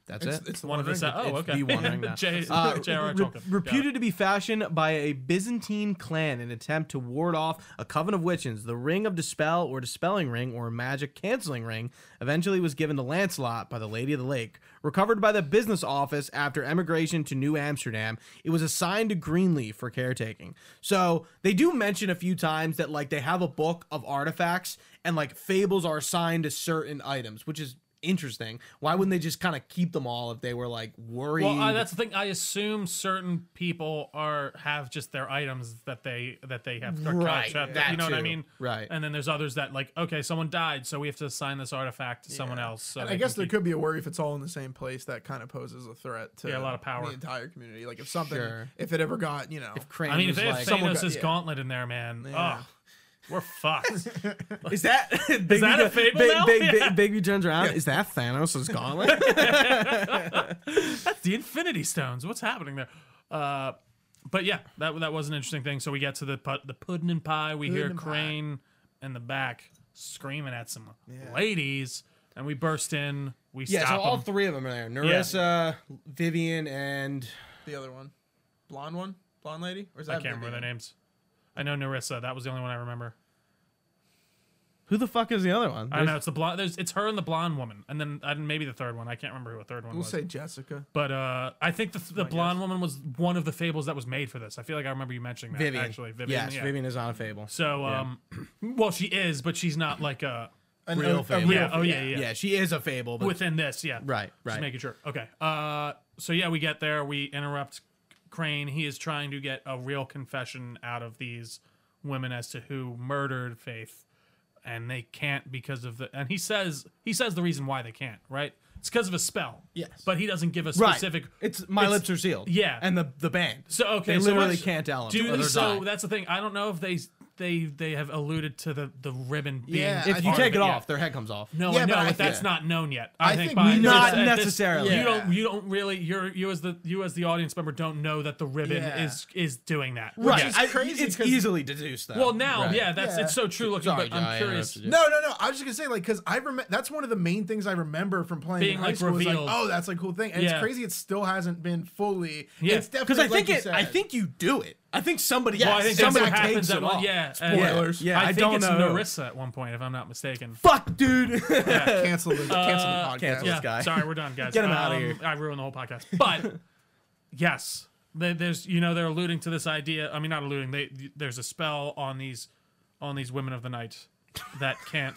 that's It's, it. it's the One of the Ring. se- oh It's okay the one ring now. <laughs> J- Uh, J.R.R. re- Tolkien. reputed to be fashioned by a Byzantine clan in attempt to ward off a coven of witches, the ring of dispel or dispelling ring or magic canceling ring eventually was given to Lancelot by the Lady of the Lake. Recovered by the business office after emigration to New Amsterdam, it was assigned to Greenleaf for caretaking. So they do mention a few times that like they have a book of artifacts and like fables are assigned to certain items, which is interesting. Why wouldn't they just kind of keep them all if they were like worried? Well, I, that's the thing. I assume certain people are have just their items that they that they have. are Right, contract- that you know what I too. mean? Right. And then there's others that like, okay, someone died, so we have to assign this artifact to someone else. So And they I can guess there keep- could be a worry if it's all in the same place that kind of poses a threat to Yeah, a lot of power. the entire community. Like if something, Sure. if it ever got you know, Crane I mean, was if they have like- someone got- Thanos' yeah. gauntlet in there, man, Yeah. ugh, we're fucked. Is that <laughs> big, that a fable Big, now? <laughs> Big, Yeah. big, Bigby turns around. Is that Thanos' <laughs> gauntlet? That's the Infinity Stones. What's happening there? Uh, but yeah, that that was an interesting thing. So we get to the put, the pudding and pie. We hear and pie. Crane in the back screaming at some ladies, and we burst in. We yeah, so stop all them. three of them are there. Narissa, Vivian, and the other one, blonde one, blonde lady, or is that I can't remember their names. I know Narissa. That was the only one I remember. who the fuck is the other one? I know it's the blonde. There's, it's her and the blonde woman, and then and maybe the third one. I can't remember who the third one We'll was. say Jessica. but uh, I think the, the blonde woman was one of the fables that was made for this. I feel like I remember you mentioning that Vivian. actually. Vivian, Yes, yeah. Vivian is on a fable. So, um, <clears throat> well, she is, but she's not <clears throat> like a An Real oath- a family. yeah. Oh yeah, yeah. Yeah. she is a fable, but Within this, yeah. Right, right. Just making sure. Okay. Uh, so yeah, we get there. We interrupt Crane. He is trying to get a real confession out of these women as to who murdered Faith, and they can't because of the. And he says he says the reason why they can't. Right. It's because of a spell. Yes. But he doesn't give a right. specific. It's my it's- lips are sealed. yeah. and the the band. So okay, they so literally let's- can't tell them. Do or they- they're so dying. that's the thing. I don't know if they they they have alluded to the the ribbon being. Yeah, if I you think- part take it of yet. off, their head comes off. No, Yeah, I know, but I but, think- that's not known yet. I, I think, think by we Not at this- necessarily. You Yeah. don't. You don't really. You're you as the you as the audience member don't know that the ribbon Yeah. is is doing that. Right, is I- crazy it's 'cause- easily deduced though. Well, now, Right. yeah, that's Yeah. it's so true looking. Sorry, but Jai, I I'm curious. interrupted you. No, no, no. I was just gonna say like because I remember that's one of the main things I remember from playing Being, in high like, school. was, revealed. oh, that's a cool thing, and Yeah. it's crazy. It still hasn't been fully. Yeah. it's 'Cause Because definitely I think like you it, I said. think you do it. I think somebody. Well, I yes, think that's somebody what happens takes at it one. off. Yeah, and- Spoilers. Yeah, I, I think don't it's know. Narissa at one point, if I'm not mistaken. Fuck, dude. <laughs> cancel the cancel the podcast. cancel Yeah, this guy. sorry, we're done, guys. Get him outta Um, here. I ruined the whole podcast. But <laughs> yes, there- there's you know they're alluding to this idea. I mean, not alluding. They there's a spell on these on these women of the night that can't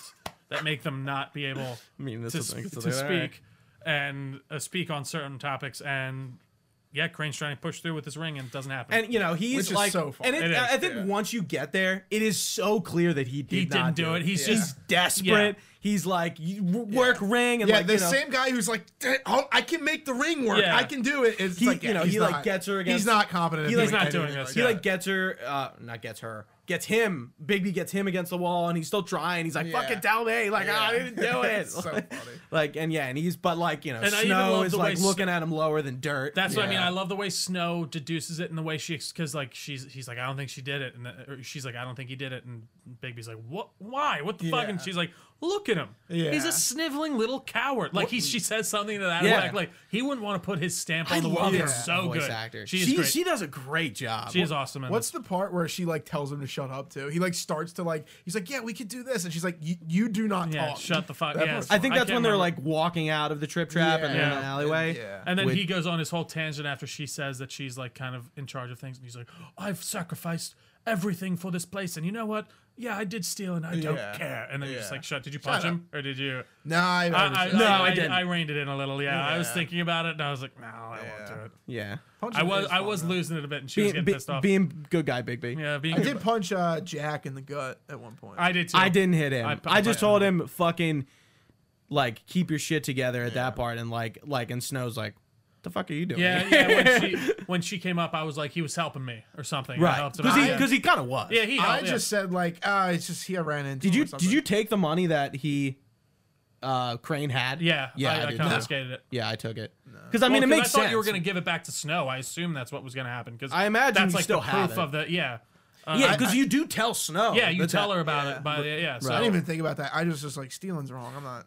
that make them not <laughs> be able mean, this to, is- sp- so to they're- speak and uh, speak on certain topics and yeah, Crane's trying to push through with this ring and it doesn't happen. And you know he's Which is like, so fun. and it, It is, I think yeah. once you get there, it is so clear that he did He not didn't do it. He's just- desperate. He's like you w- work ring and Yeah, like the you know, same guy who's like, "Dang, I'll- I can make the ring work. Yeah. I can do it. It's He- like, yeah, you know, he's he, like, not- gets her against- He's not competent. he, at like, doing not doing anything this, like he yeah. like gets her, uh, not gets her, gets him. Bigby gets him against the wall, and he's still trying. He's like, Yeah. fucking tell me, like <laughs> Yeah. "Ah, I didn't do it. It's so like, funny. <laughs> like, and yeah, and he's but like you know, And I even Snow love is the way like Sn- looking at him lower than dirt. That's what I mean. Yeah. I love the way Snow deduces it and the way she, because like she's, he's like, I don't think she did it, and the, or she's like, I don't think he did it, and Bigby's like, what? Why? What the fuck? And Yeah. she's like, look at him. He's Yeah. a sniveling little coward. Like he, she says something to that Yeah. effect. Like he wouldn't want to put his stamp on I the world. love her It's so voice good. actor. She is she, great. she does a great job. she is awesome. In What's the part where she like tells him to shut up too? He like starts to like he's like, yeah, we could do this, and she's like, "You- you do not Yeah, talk. shut the fuck- That yeah, part's I think I that's can't when they're remember. like walking out of the trip trap and they're in Yeah. an alleyway. Yeah. And then with- he goes on his whole tangent after she says that she's like kind of in charge of things, and he's like, "I've sacrificed everything for this place, and you know what? Yeah, I did steal, and I don't Yeah. care." And then you're just Yeah. like, "Shut! Did you punch up. him, or did you?" <laughs> No, I, I, I, No, I, I didn't. I reined it in a little. Yeah, I was Yeah. thinking about it, and I was like, "No, I Yeah. won't do it." yeah. Punch I him was is I fun, was though. losing it a bit, and she was Being, getting be- pissed off. being good guy, Big B. yeah, being I did punch uh, Jack in the gut at one point. I did too. I didn't hit him. I, I- just I- told him fucking like keep your shit together at that part and like like and Snow's like, the fuck are you doing? <laughs> Yeah, yeah. When she when she came up, I was like, he was helping me or something. I right. helped him Because he out. because he kind of was. yeah, he. I Helped, yeah. just said like, ah, it's just he I ran into. Did him you or something." did you take the money that he, uh, Crane had? yeah Yeah. I, I, did. confiscated it. Yeah, I took it. Because I mean, Well, it 'cause makes I thought sense. you were going to give it back to Snow. I assume that's what was going to happen. Because I imagine that's you like still the have proof it. of the yeah, Uh, yeah, I- because you do tell Snow. yeah. You That's tell how- her about yeah, it by the yeah. So, I didn't Right. even think about that. I just was like, stealing's wrong. I'm not.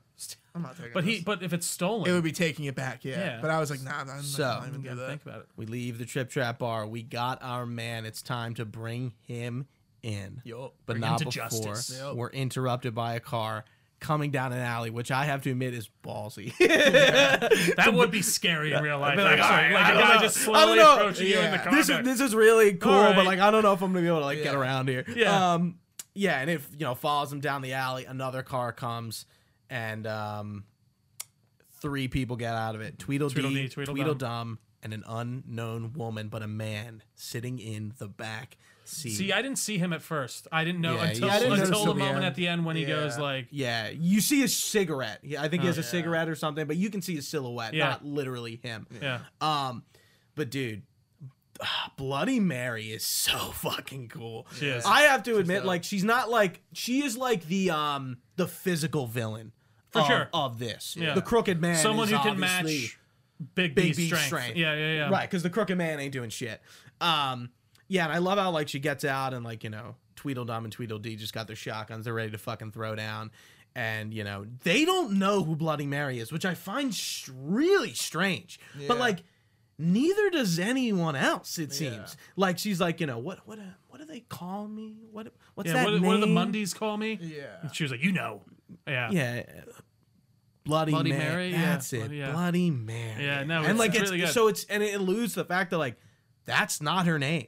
I'm not taking. but <laughs> he this. but if it's stolen, it would be taking it back. Yeah. Yeah. But I was like, nah, I'm not, So- I'm not even you do gotta that. think about it. We leave the Trip Trap bar. We got our man. It's time to bring him in. Yup. But Bring him not to before justice. Yup. we're interrupted by a car coming down an alley, which I have to admit is <laughs> ballsy. That would be scary in real life. be Like, like, sorry, "Alright, like I a don't guy know. just I slowly don't know. approaching you in the Yeah. <laughs> car. this is this is really cool, but right. like I don't know if I'm gonna be able to like get Yeah. around here. Yeah. Um yeah, and it you know follows him down the alley, another car comes and um three people get out of it. Tweedledee, Tweedledee, Tweedledum, Tweedledum. and an unknown woman, but a man sitting in the back seat. See, I didn't see him at first. I didn't know Yeah, until yeah, I didn't notice until till the the moment end. at the end when he goes Yeah. like, Yeah, you see his cigarette. Yeah, I think he has a yeah. cigarette or something, but you can see his silhouette, Oh, Yeah. not literally him. yeah, Um, but dude, ah, Bloody Mary is so <laughs> fucking cool. She is. I have to admit, like she's not like she is like the um the physical villain For of, sure. of this. Yeah. The crooked man, someone is who can obviously- match Big Big B's B's strength. strength. Yeah, yeah, yeah. right? Because the crooked man ain't doing shit. Um, yeah, and I love how like she gets out and like you know Tweedledum and Tweedledee just got their shotguns, they're ready to fucking throw down, and you know they don't know who Bloody Mary is, which I find sh- really strange. But Yeah. like, neither does anyone else. It seems like she's like you know what what uh, what do they call me? What what's Yeah. that What, do- what do the name? Mondays call me? <laughs> Yeah. She was like, you know. Yeah. Yeah. Bloody, Bloody Ma- Mary, yeah. That's it. Bloody- yeah. Bloody Mary. Yeah, no, and it's- like it's really good. so it's and it eludes the fact that like that's not her name.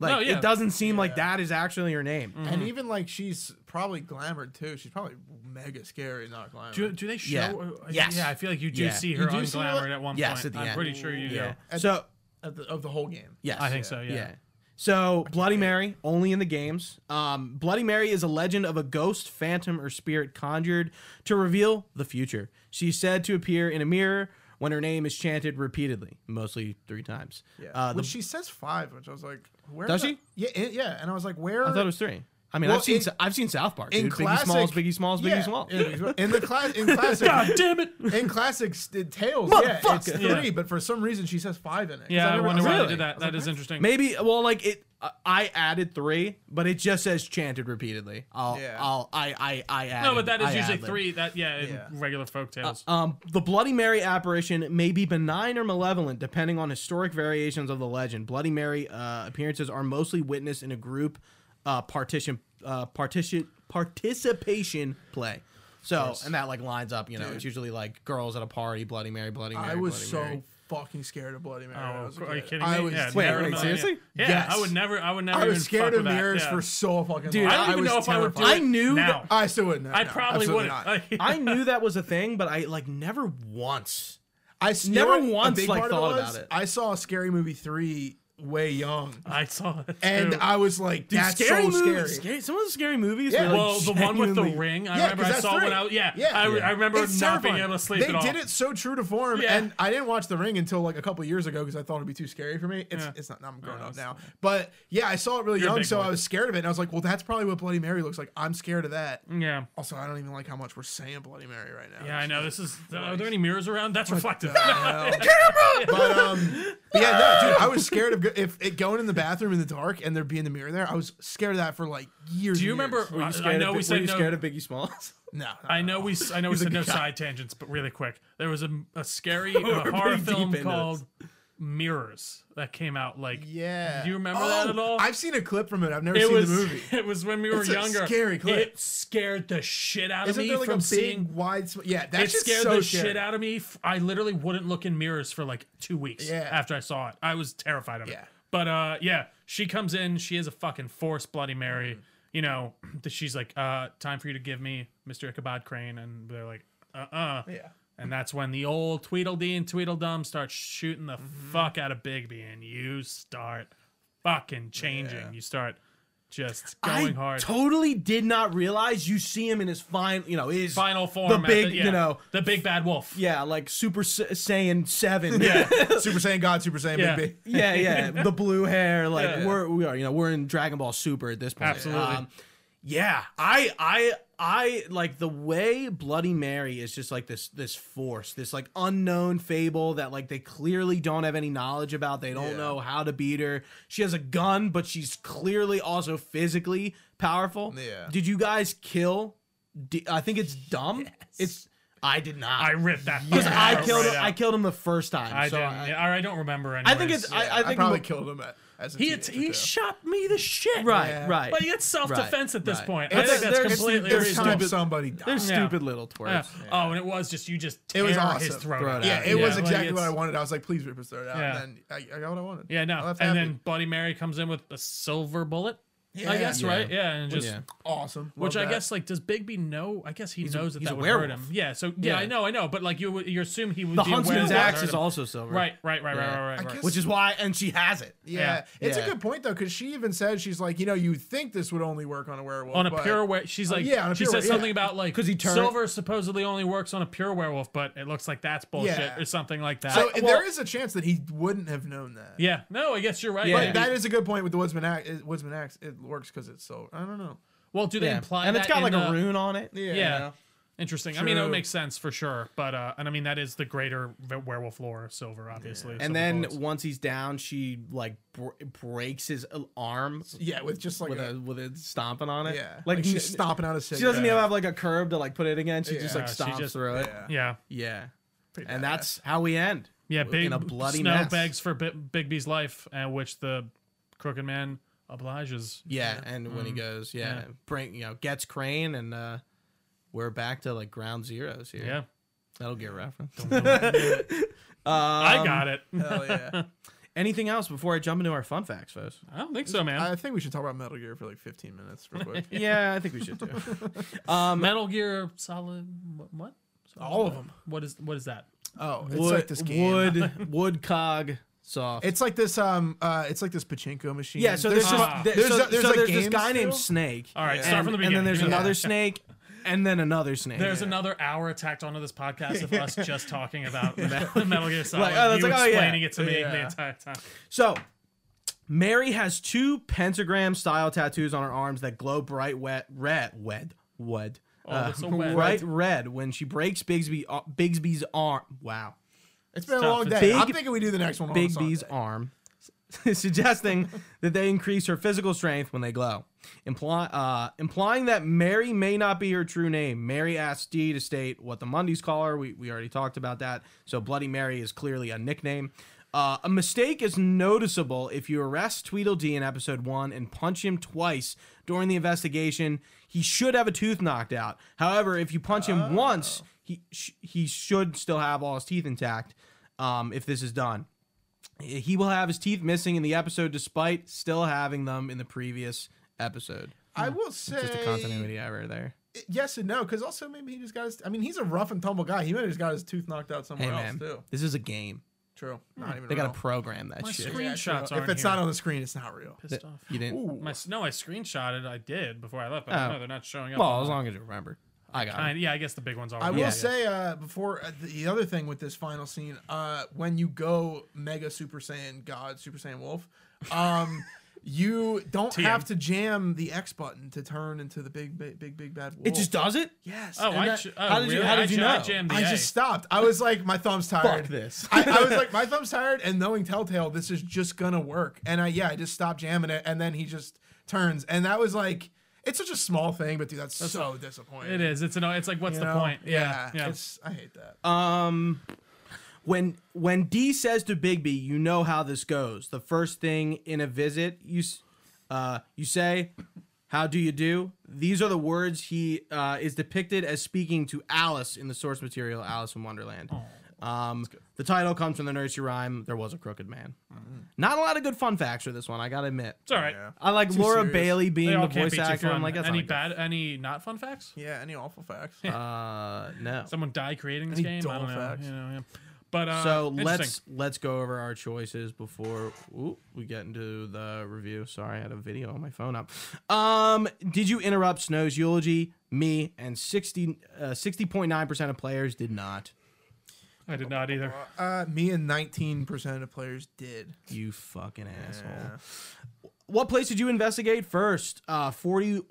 Like No, yeah. Mm, it doesn't seem like Yeah. that is actually her name. And even like she's probably glamored too. She's probably mega scary, not glamored. Do, do they show? Yeah. or- Yes. Yeah, I feel like you do Yeah. see You her do on see her- Glamour at one Yes, point. at the I'm end. pretty sure you Yeah. do. And- So of, the, of the whole game. yes. I think so. Yeah. Yeah. So Bloody Mary only in the games. Um, Bloody Mary is a legend of a ghost, phantom, or spirit conjured to reveal the future. She's said to appear in a mirror when her name is chanted repeatedly, mostly three times. Yeah. Uh, the, which she says five, which I was like, where Does the- she? Yeah, it- yeah. And I was like, where? I thought it was three. I mean, Well, I've seen in- Sa- I've seen South Park. in dude. classic, Biggie Smalls, Biggie Smalls, Biggie yeah, Smalls. <laughs> yeah, Biggie Smalls. In the class, <laughs> in classic, God damn it! in classic st- tales, yeah, it's Motherfucker. three, Yeah. but for some reason she says five in it. 'Cause Yeah, I, remember- wonder was why like- they did I that. was That like, is interesting. Maybe well, like it. I- I added three, but it just says chanted repeatedly. I'll, Yeah. I'll, I, I, I added. no, but that is I usually ad-libbed. three. That yeah, in Yeah. regular folk tales. Um, the Bloody Mary apparition may be benign or malevolent, depending on historic variations of the legend. Bloody Mary uh, appearances are mostly witnessed in a group uh, partition uh, partition participation play. So, and that like lines up. You know, it's usually like girls at a party, Bloody Mary, Bloody Mary. I was Bloody so <laughs> Mary. fucking scared of Bloody Mary. when I Oh, was a are you kid. kidding me? I was, yeah, Wait, never wait, in my- seriously? Yeah, Yes. I would never. I would never. I even was scared fuck of with that, mirrors yeah. for so fucking Dude, long. I don't even was know if I would do terrified. I knew now. that- I still wouldn't. No, I no, probably absolutely not. wouldn't. Like, I knew that was a thing, but I like never once I s- you Never know what a once, big like, part of thought was? about it. I saw Scary Movie three way young, I saw it. and too. I was like, Dude, "That's scary so movies. scary." Some of the scary movies. Yeah. were, like, well, the one with the genuinely- ring. I Yeah, remember 'cause I that's saw three. when I was yeah. Yeah. I, Yeah. I remember It's not terrifying. being able to sleep They at all. did it so true to form, Yeah. and I didn't watch The Ring until like a couple years ago because I thought it'd be too scary for me. It's Yeah. it's not. I'm grown up that's now, but yeah, I saw it really You're a young, big so boy. I was scared of it. And I was like, "Well, that's probably what Bloody Mary looks like." I'm scared of that. Yeah. Also, I don't even like how much we're saying Bloody Mary right now. Mm. Yeah, I know. This is. Are there any mirrors around? That's reflective. <laughs> But um, but yeah, no, dude, I was scared of go- if it going in the bathroom in the dark and there being the mirror there. I was scared of that for like years. Do you and years. remember? Were I- you scared I know of, we were said you no. scared of Biggie Smalls? No, no. I know we. s- I know we a said good no guy. side tangents, but really quick, there was a, a <laughs> scary uh, We're pretty horror deep film into called Mirrors that came out. Like, Yeah. Oh, Do you remember that at all? I've seen a clip from it. I've never it seen was. the movie. <laughs> It was when we were It's a younger. scary clip. It scared the shit out Isn't of me there like a from big seeing. wide? Sm- yeah, that It shit's scared so the scary. shit out of me. F- I literally wouldn't look in mirrors for like two weeks Yeah. after I saw it. I was terrified of Yeah. it. But uh, yeah, she comes in. She is a fucking force, Bloody Mary. You know, <clears throat> that she's like, uh, "Time for you to give me Mr. Ichabod Crane," and they're like, "Uh, uh Yeah. And that's when the old Tweedledee and Tweedledum start shooting the Mm-hmm. fuck out of Bigby, and you start fucking changing. You start just going I hard. totally did not realize you see him in his fine, you know, his Final form, at big, yeah, you know- the big bad wolf. yeah, like Super S- Saiyan Seven. Super Saiyan God, Super Saiyan Yeah. Big B. yeah, yeah. <laughs> The blue hair, like Yeah. we're we are, you know, we're in Dragon Ball Super at this point. Um, Absolutely. yeah, I I I like the way Bloody Mary is just like this this force, this like unknown fable that like they clearly don't have any knowledge about. They don't Yeah. know how to beat her. She has a gun, but she's clearly also physically powerful. Yeah. Did you guys kill? D- I think it's dumb. It's I did not. I ripped that. Because fucking I part killed right him. out. I killed him the first time. I so didn't. I, I don't remember. I Anyways. think it's. I, I think probably mo- killed him at, as a he. teenager, he too. shot me the shit. Right, Yeah. right. But it's self defense at this right. point. I It's think like- that's there's- completely there's time reasonable. somebody died. They're Yeah. stupid little Yeah. twerps. Oh, and it was just you just It tear was his awesome. throat. Throat out. out. yeah, it Yeah, was like, exactly what I it's- wanted. I was like, please rip his throat out. Yeah. And then I, I got what I wanted. Yeah, I no. left And happy. then Bloody Mary comes in with a silver bullet. Yeah. I guess Yeah. right. Yeah, and just Yeah. awesome. Love which I that. guess like does Bigby know? I guess he knows that he's a that would hurt werewolf. him. Yeah. So yeah, Yeah. I know, I know. But like you, would- you assume he would. The be huntsman's aware axe of is all also silver. right. Right. Right. Right. Yeah. Right. Right. I Right. guess- Which is why, and she has it. Yeah, it's Yeah. a good point though, because she even said she's like, you know, you would think this would only work on a werewolf. on a but uh, pure way she's like yeah, on a she pure said were- something yeah. about like 'Cause he turned- silver supposedly only works on a pure werewolf but it looks like that's bullshit Yeah. or something like that So I- there well- is a chance that he wouldn't have known that. yeah no i guess you're right Yeah. But Maybe. that is a good point with the woodsman axe. it- Woodsman axe, it works because it's so. I don't know. well do they imply and it's that got like in, a uh, rune on it. Yeah. yeah, interesting i mean it True. would make sense for sure but uh and i mean that is the greater ve- werewolf lore silver obviously silver And then bullets. once he's down, she like br- breaks his uh, arm Yeah, with just like with a, a with it stomping on it. yeah, like, like, she's n- stomping out a cigarette. she doesn't even have like a curb to like put it against. She just Yeah, like she stomps just- through it. Yeah. yeah Yeah, Pretty and badass. that's how we end. yeah In big a bloody snow mess. begs for Bi- bigby's life and which the crooked man obliges Yeah, and when he goes, yeah, Mm. yeah. bring you know gets Crane, and uh we're back to like ground zeros here. yeah that'll get referenced. i Um, <laughs> got it Hell yeah. <laughs> Anything else before I jump into our fun facts, folks? i don't think so man I think we should talk about Metal Gear for like 15 minutes <laughs> real quick. Yeah, I think we <laughs> should do. um, metal gear solid what, what? All of them. what is what is that Oh, it's wood, like this game. <laughs> wood, wood cog soft. It's like this um uh it's like this pachinko machine. yeah, so there's, there's just some- there- there's so, a- there's so a there's this game guy named still? Snake. All right, and, start from the And then beginning. there's Yeah. another snake, and then another snake. There's another hour tacked onto this podcast <laughs> of us just talking about the <laughs> Metal Gear Solid. Like, oh, that's you like, oh, yeah. explaining it to me the Yeah. entire time. So, Mary has two pentagram style tattoos on her arms that glow bright wet, red, wed, wed, uh, Oh, that's so wet. bright red when she breaks Bigsby, uh, Bigsby's arm. Wow, it's been a tough. long day. It's I'm big- thinking we do the next one. on a Big B's Sunday. arm, <laughs> suggesting that they increase her physical strength when they glow, Imply, uh, implying that Mary may not be her true name. Mary asks Dee to state what the Mondays call her. We, we already talked about that. So Bloody Mary is clearly a nickname. Uh, a mistake is noticeable if you arrest Tweedledee in episode one and punch him twice during the investigation. He should have a tooth knocked out. However, if you punch Oh. him once, he sh- he should still have all his teeth intact. Um, if this is done, he will have his teeth missing in the episode despite still having them in the previous episode. I will say Just a continuity error there. yes and no, because also maybe he just got his. I mean, he's a rough and tumble guy. He might have just got his tooth knocked out somewhere Hey else man, too. this is a game. True. Not even. They real. gotta program that My shit. screen- Yeah, true. Screenshots aren't If it's here. not on the screen, it's not real. Pissed off. You didn't. Ooh. My s- no, I screenshotted. I did before I left, but Oh. no, they're not showing up. Well, on as my- long as you remember, I got. I, it. yeah, I guess the big ones are. I will Yeah. say uh, before uh, the other thing with this final scene, uh, when you go Mega Super Saiyan God Super Saiyan Wolf, um, you don't TM. have to jam the X button to turn into the big big big, big bad wolf. It just does it. yes. Oh, and I that- ch- how did you- how did you I, know? jammed the I A. just stopped. I was like, my thumb's tired. Fuck this. <laughs> I, I was like, my thumb's tired, and knowing Telltale, this is just gonna work. And I yeah, I just stopped jamming it, and then he just turns, and that was like, it's such a small thing, but dude, that's, so disappointing. It is. It's an. It's like, what's you the know? point? Yeah. Yeah. It's, I hate that. Um, when when D says to Bigby, you know how this goes. The first thing in a visit, you s- uh, you say, "How do you do?" These are the words he uh, is depicted as speaking to Alice in the source material, Alice in Wonderland. Oh, Um, the title comes from the nursery rhyme. There was a crooked man. Mm-hmm. Not a lot of good fun facts for this one. I gotta admit. it's all right. Yeah. I like Laura serious. Bailey They being all the can't voice be too actor. fun. I'm like, that's any not bad, any not fun facts. Yeah, any awful <laughs> facts? good. Uh, no. Someone died creating this Any game. I dull don't know. facts. You know yeah. But uh, so interesting. let's let's go over our choices before ooh, we get into the review. Sorry, I had a video on my phone up. Um, did you interrupt Snow's eulogy? Me and uh, 60 60.9 percent of players did not. I did not either. Uh, me and 19% of players did. You fucking asshole. What place did you investigate first? Uh,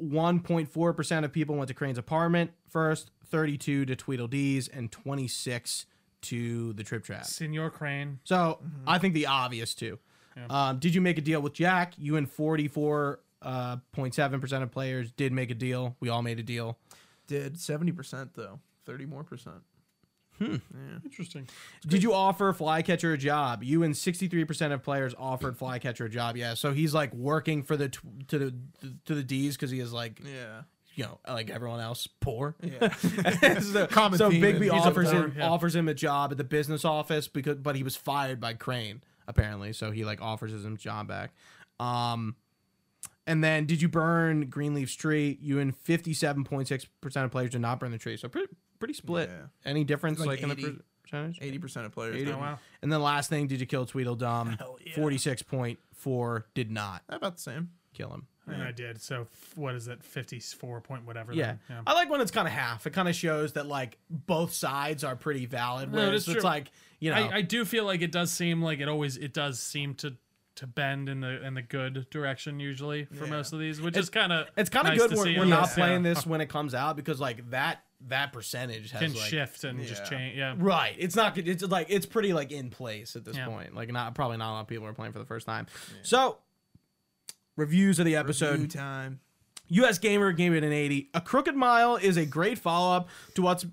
41.4% of people went to Crane's apartment first, 32 to Tweedledee's, and 26 to the Trip Trap. Senor Crane. So Mm-hmm. I think the obvious too. Um, did you make a deal with Jack? You and forty-four uh, point seven percent of players did make a deal. We all made a deal. Did 70% though. 30 more percent. Interesting. Did you offer Flycatcher a job? You and sixty-three percent of players offered Flycatcher a job. Yeah, so he's like working for the tw- to the to the D's because he is like Yeah. you know like everyone else poor. <laughs> Yeah. so Common so theme Bigby in- He's a offers poor, him yeah. offers him a job at the business office because but he was fired by Crane apparently, so he like offers his him job back. Um, and then did you burn Greenleaf Street? You and fifty seven point six percent of players did not burn the tree, so pretty pretty split. Yeah. Any difference Like like, in the 80. per- percentage? 80% of players. 80. did. Oh wow. And then last thing, did you kill Tweedledum? <laughs> Hell yeah. Forty six point four did not About the same. kill him. And I did. So f- what is that? Fifty-four point whatever. Yeah. then. yeah. I like when it's kind of half. It kind of shows that like both sides are pretty valid. No, Whereas that's it's true. like you know, I, I do feel like it does seem like it always it does seem to to bend in the in the good direction usually for Yeah. most of these, which is kind of It's kind of nice good to we're, see. we're It not does, playing yeah. this when it comes out because like that that percentage has can like shift and just Yeah. change. Yeah, right. It's not good. It's like it's pretty like in place at this Yeah. point. Like not probably not a lot of people are playing for the first time. So reviews of the episode. Review time. U.S. Gamer gave it an 80. A Crooked Mile is a great follow-up to what's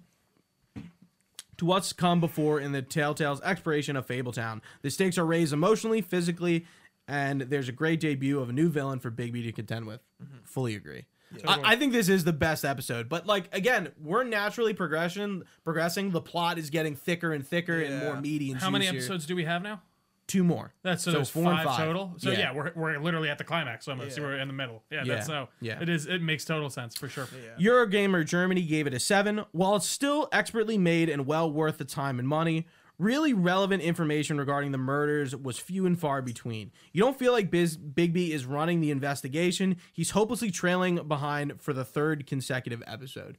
to what's come before in the Telltale's exploration of Fabletown. The stakes are raised emotionally, physically, and there's a great debut of a new villain for Bigby to contend with. Fully agree. I, I think this is the best episode, but like again, we're naturally progression progressing. The plot is getting thicker and thicker and Yeah. more meaty. And How many juicier. episodes do we have now? Two more. That's so, So there's four and five, five. total. So Yeah. yeah, we're, we're literally at the climax almost. Yeah. We're in the middle. Yeah, Yeah. that's so. Yeah. it is. It makes total sense for sure. Yeah. Eurogamer Germany gave it a 7. While it's still expertly made and well worth the time and money, really relevant information regarding the murders was few and far between. You don't feel like Biz- Bigby is running the investigation. He's hopelessly trailing behind for the third consecutive episode.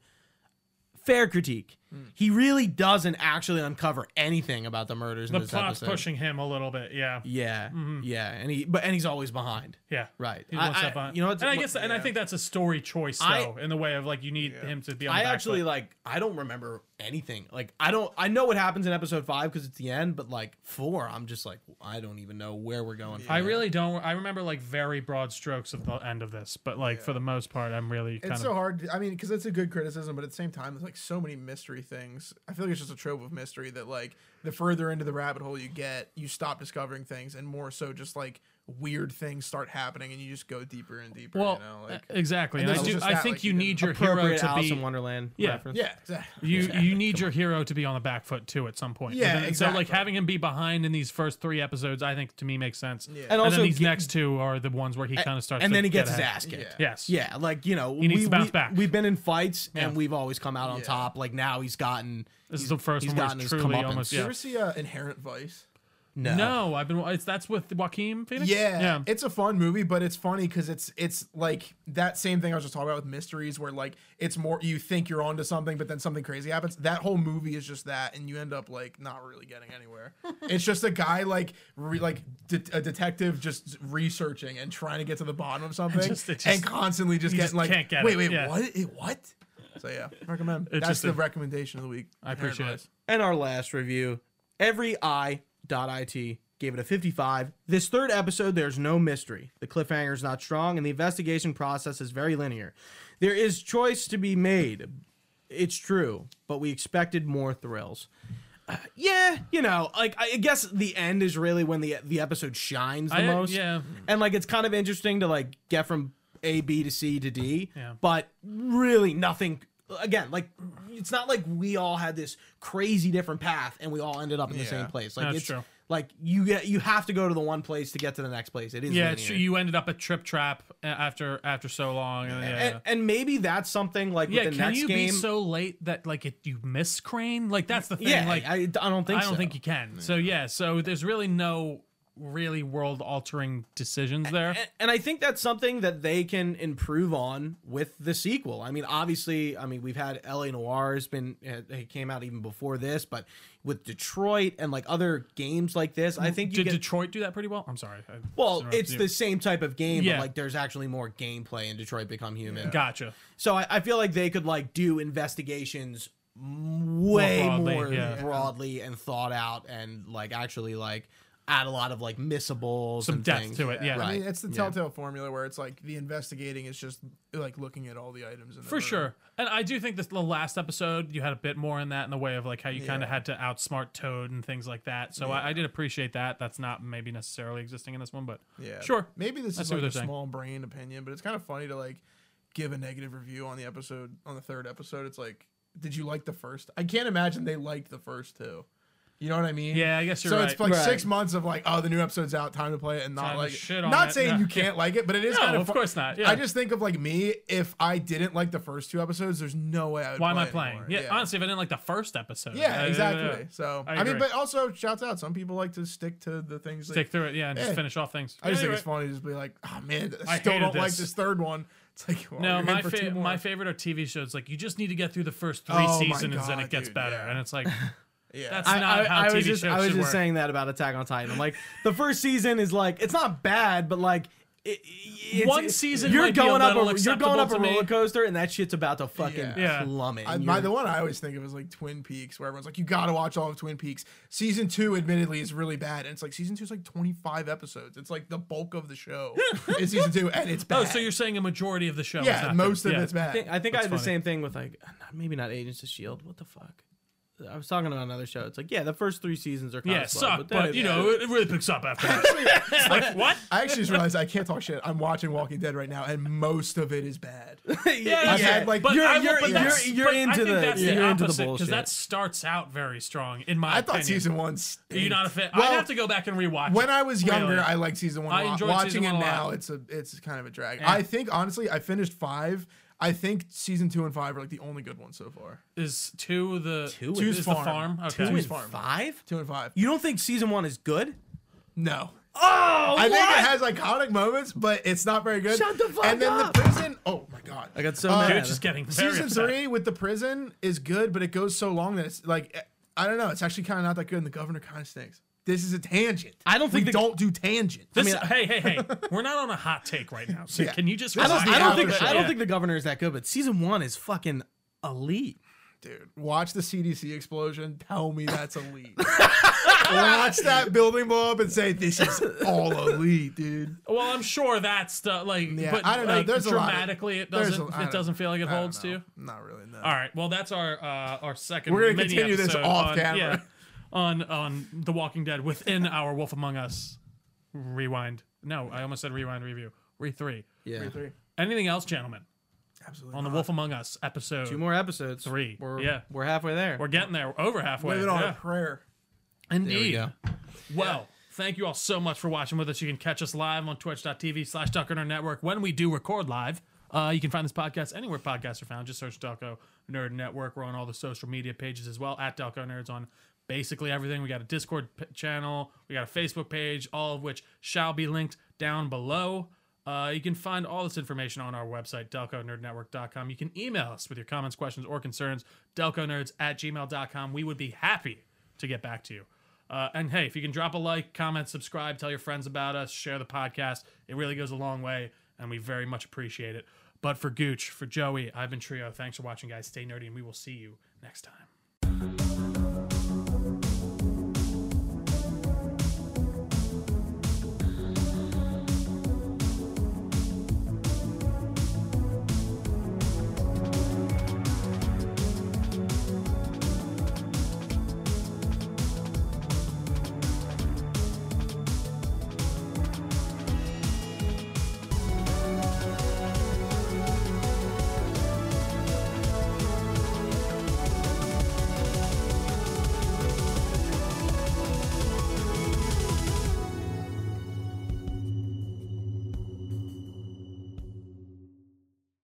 Fair critique. Hmm. He really doesn't actually uncover anything about the murders The in this plot's episode. pushing him a little bit. Yeah, Yeah. Yeah, and he but and he's always behind. yeah. Right. He I- wants I- that bond. you know what- and I guess, and I yeah. think that's a story choice though, I- in the way of like you need him to be. On the I back actually foot. like I don't remember anything. Like I don't I know what happens in episode five because it's the end, but like four, I'm just like I don't even know where we're going. from I here. really don't. I remember like very broad strokes of the end of this, but like for the most part, I'm really kind It's of. so hard. To, I mean, because it's a good criticism, but at the same time, there's like so many mystery things. I feel like it's just a trope of mystery that like the further into the rabbit hole you get, you stop discovering things, and more so just like weird things start happening, and you just go deeper and deeper. Well, you know, like e- exactly. And this I was do. just I that, think like, you you know, need your hero Appropriate to Alice in be. Wonderland Yeah. reference. <laughs> yeah, exactly. You you need your hero to be on the back foot too at some point. Yeah, And then- So like exactly. having him be behind in these first three episodes, I think to me makes sense. Yeah. And, And also also then these get- next two are the ones where he kind of starts. and to then he get gets his ahead. ass kicked. Yeah. Yes. Yeah, like you know, he needs to bounce we, back. We've been in fights and Yeah. we've always come out on Yeah. top. Like now he's gotten. This is he's- the first he's one where gotten he's his truly comeuppance. almost- Did you yeah. ever see uh, Inherent Vice? No. No, I've been. It's that's with Joaquin Phoenix. Yeah, Yeah. it's a fun movie, but it's funny because it's it's like that same thing I was just talking about with mysteries, where like it's more you think you're onto something, but then something crazy happens. That whole movie is just that, and you end up like not really getting <laughs> anywhere. it's just a guy like re, like de- a detective just researching and trying to get to the bottom <laughs> of something, just- it and just- constantly just you getting like, just can't get wait, it, wait, yeah. what? It, what? So yeah, <laughs> recommend. That's just the a- recommendation of the week. I appreciate it. And our last review, every i dot it gave it a 55. This third episode, there's no mystery. The cliffhanger is not strong, and the investigation process is very linear. There is choice to be made. It's true, but we expected more thrills. Uh, yeah, you know, like I I guess the end is really when the the episode shines the I- most. yeah. Mm. and like it's kind of interesting to like get from A, B to C to D, Yeah. but really nothing. Again, like it's not like we all had this crazy different path and we all ended up in the Yeah. same place. Like That's it's true. like you get you have to go to the one place to get to the next place. It is Yeah, it's linear. true. You ended up at Trip Trap a- after after so long. And, yeah, yeah. and, and maybe that's something like Yeah, with the can next you game. be so late that like it, you miss Crane? Like that's the thing. yeah, like I, I don't think I don't so. think you can. So yeah, so there's really no really world altering decisions there. and, and I think that's something that they can improve on with the sequel. I mean, obviously, I mean we've had L.A. Noir has been it came out even before this, but with Detroit and like other games like this, I think you Did get Detroit do that pretty well? I'm sorry. I well. interrupted It's you. the same type of game, Yeah. but like there's actually more gameplay in Detroit Become Human. gotcha. So I, I feel like they could like do investigations m- way more broadly, broadly, yeah. and thought out and like actually like add a lot of like missables Some and depth things. to it. Yeah, I mean, Right. it's the Yeah. telltale formula where it's like the investigating is just like looking at all the items. In the uh, for room. sure. And I do think this the last episode you had a bit more in that in the way of like how you kind of Yeah. had to outsmart Toad and things like that. So I, I did appreciate that. That's not maybe necessarily existing in this one, but Yeah. sure. Maybe this I is see what like a they're saying. small brain opinion, but it's kind of funny to like give a negative review on the episode on the third episode. It's like, did you like the first? I can't imagine they liked the first two. You know what I mean? Yeah, I guess you're so right. it's like Right. six months of like, oh, the new episode's out, time to play it, and not Time to like shit on not it. saying No. you can't like it, but it is No, kind of course not. Yeah. I just think of like me, if I didn't like the first two episodes, there's no way I would. Why am play I it playing? anymore. Yeah, honestly, if I didn't like the first episode, Yeah, uh, exactly. So I I, mean, agree. but also shouts out. Some people like to stick to the things. Like, stick through it, yeah, and just Yeah. finish off things. I just Anyway. think it's funny to just be like, oh man, I I still hated don't like this. this third one. It's like well, No, you're in my for two fa- more. my favorite are TV shows. Like you just need to get through the first three Oh my seasons, and God, it gets dude, better. yeah. And it's like yeah. that's I, not I- how I TV was just, shows I was should just work. saying that about Attack on Titan. Like the first season is like it's not bad, but like it, it's, One season you're might be a going up little a you're going up a acceptable to me. roller coaster, and that shit's about to fucking Yeah. Yeah. plummet. I, and my, you're- the one I always think of is like Twin Peaks, where everyone's like, "You got to watch all of Twin Peaks." Season two, admittedly, is really bad, and it's like season two is like twenty five episodes. It's like the bulk of the <laughs> show is season two, and it's bad. Oh, so you're saying a majority of the show? is <laughs> yeah, not most good. of Yeah. <laughs> it's I bad. think, I, think I That's had the funny. same thing with like not- maybe not Agents of Shield. E What the fuck? I was talking about another show. It's like yeah, the first three seasons are kind Yeah, of suck, but, then- you know it really picks up after. that. It's <laughs> like what? I actually just realized I can't talk shit. I'm watching Walking Dead right now, and most of it is <laughs> bad. <laughs> yeah, I've yeah. had, like- but You're- I, will- you're- but that's- you're- you're but I into think the- that's yeah. the you're into the opposite because that bullshit. starts out very strong in my I thought opinion. season one. Stinks. Are you not a fan? Well, I'd have to go back and rewatch. When it. I was younger, Really. I liked season one. I a lot. enjoyed Watching season one it a lot. now, it's a it's kind of a drag. I think honestly, I finished five. I think season two and five are like the only good ones so far. is two the Two is is the farm. farm. Okay. two Two's and farm. five. Two and five. You don't think season one is good? No, Oh, I think it has iconic moments, but it's not very good. Shut the fuck And then up. the prison. Oh my god. I got so Uh, mad. Dude, just getting very season upset. three with the prison is good, but it goes so long that it's like I don't know. It's actually kind of not that good, and the governor kind of stinks. This is a tangent. I don't think we the- don't do tangent. This, mean, I- hey, <laughs> hey, hey! We're not on a hot take right now, so Yeah. can you just? I don't, This is I the don't think opposite. I don't Yeah. think the governor is that good, but season one is fucking elite. Dude, watch the CDC explosion. Tell me that's <laughs> elite. watch that building blow up and say this is all elite, dude. Well, I'm sure that's the like. Yeah, but I don't know. like, There's a lot of- dramatically it there's doesn't. a- I it don't- doesn't feel like it I don't holds to know. you. Not really. No. All right. Well, that's our uh, our second. We're gonna mini continue this episode off on, camera. Yeah, on on The Walking Dead within our Wolf Among Us rewind. No, I almost said rewind review. Re three. Yeah. Three, three. Anything else, gentlemen? Absolutely. On the not. Wolf Among Us episode. Two more episodes. Three. We're, Yeah. We're halfway there. We're getting there. We're over halfway. Leave it on Yeah. a prayer. there we Indeed. go. Well, thank you all so much for watching with us. You can catch us live on twitch.tv slash Duck Nerd Network when we do record live. Uh, you can find this podcast anywhere podcasts are found. Just search Delco Nerd Network. We're on all the social media pages as well, at Delco Nerds on basically everything. We got a Discord p- channel, we got a Facebook page, all of which shall be linked down below. Uh, you can find all this information on our website, delconerdnetwork.com. You can email us with your comments, questions, or concerns, delconerds at gmail.com. We would be happy to get back to you. Uh, and hey, if you can drop a like, comment, subscribe, tell your friends about us, share the podcast, it really goes a long way, and we very much appreciate it. But for Gooch, for Joey, I've been Trio. Thanks for watching, guys. Stay nerdy, and we will see you next time.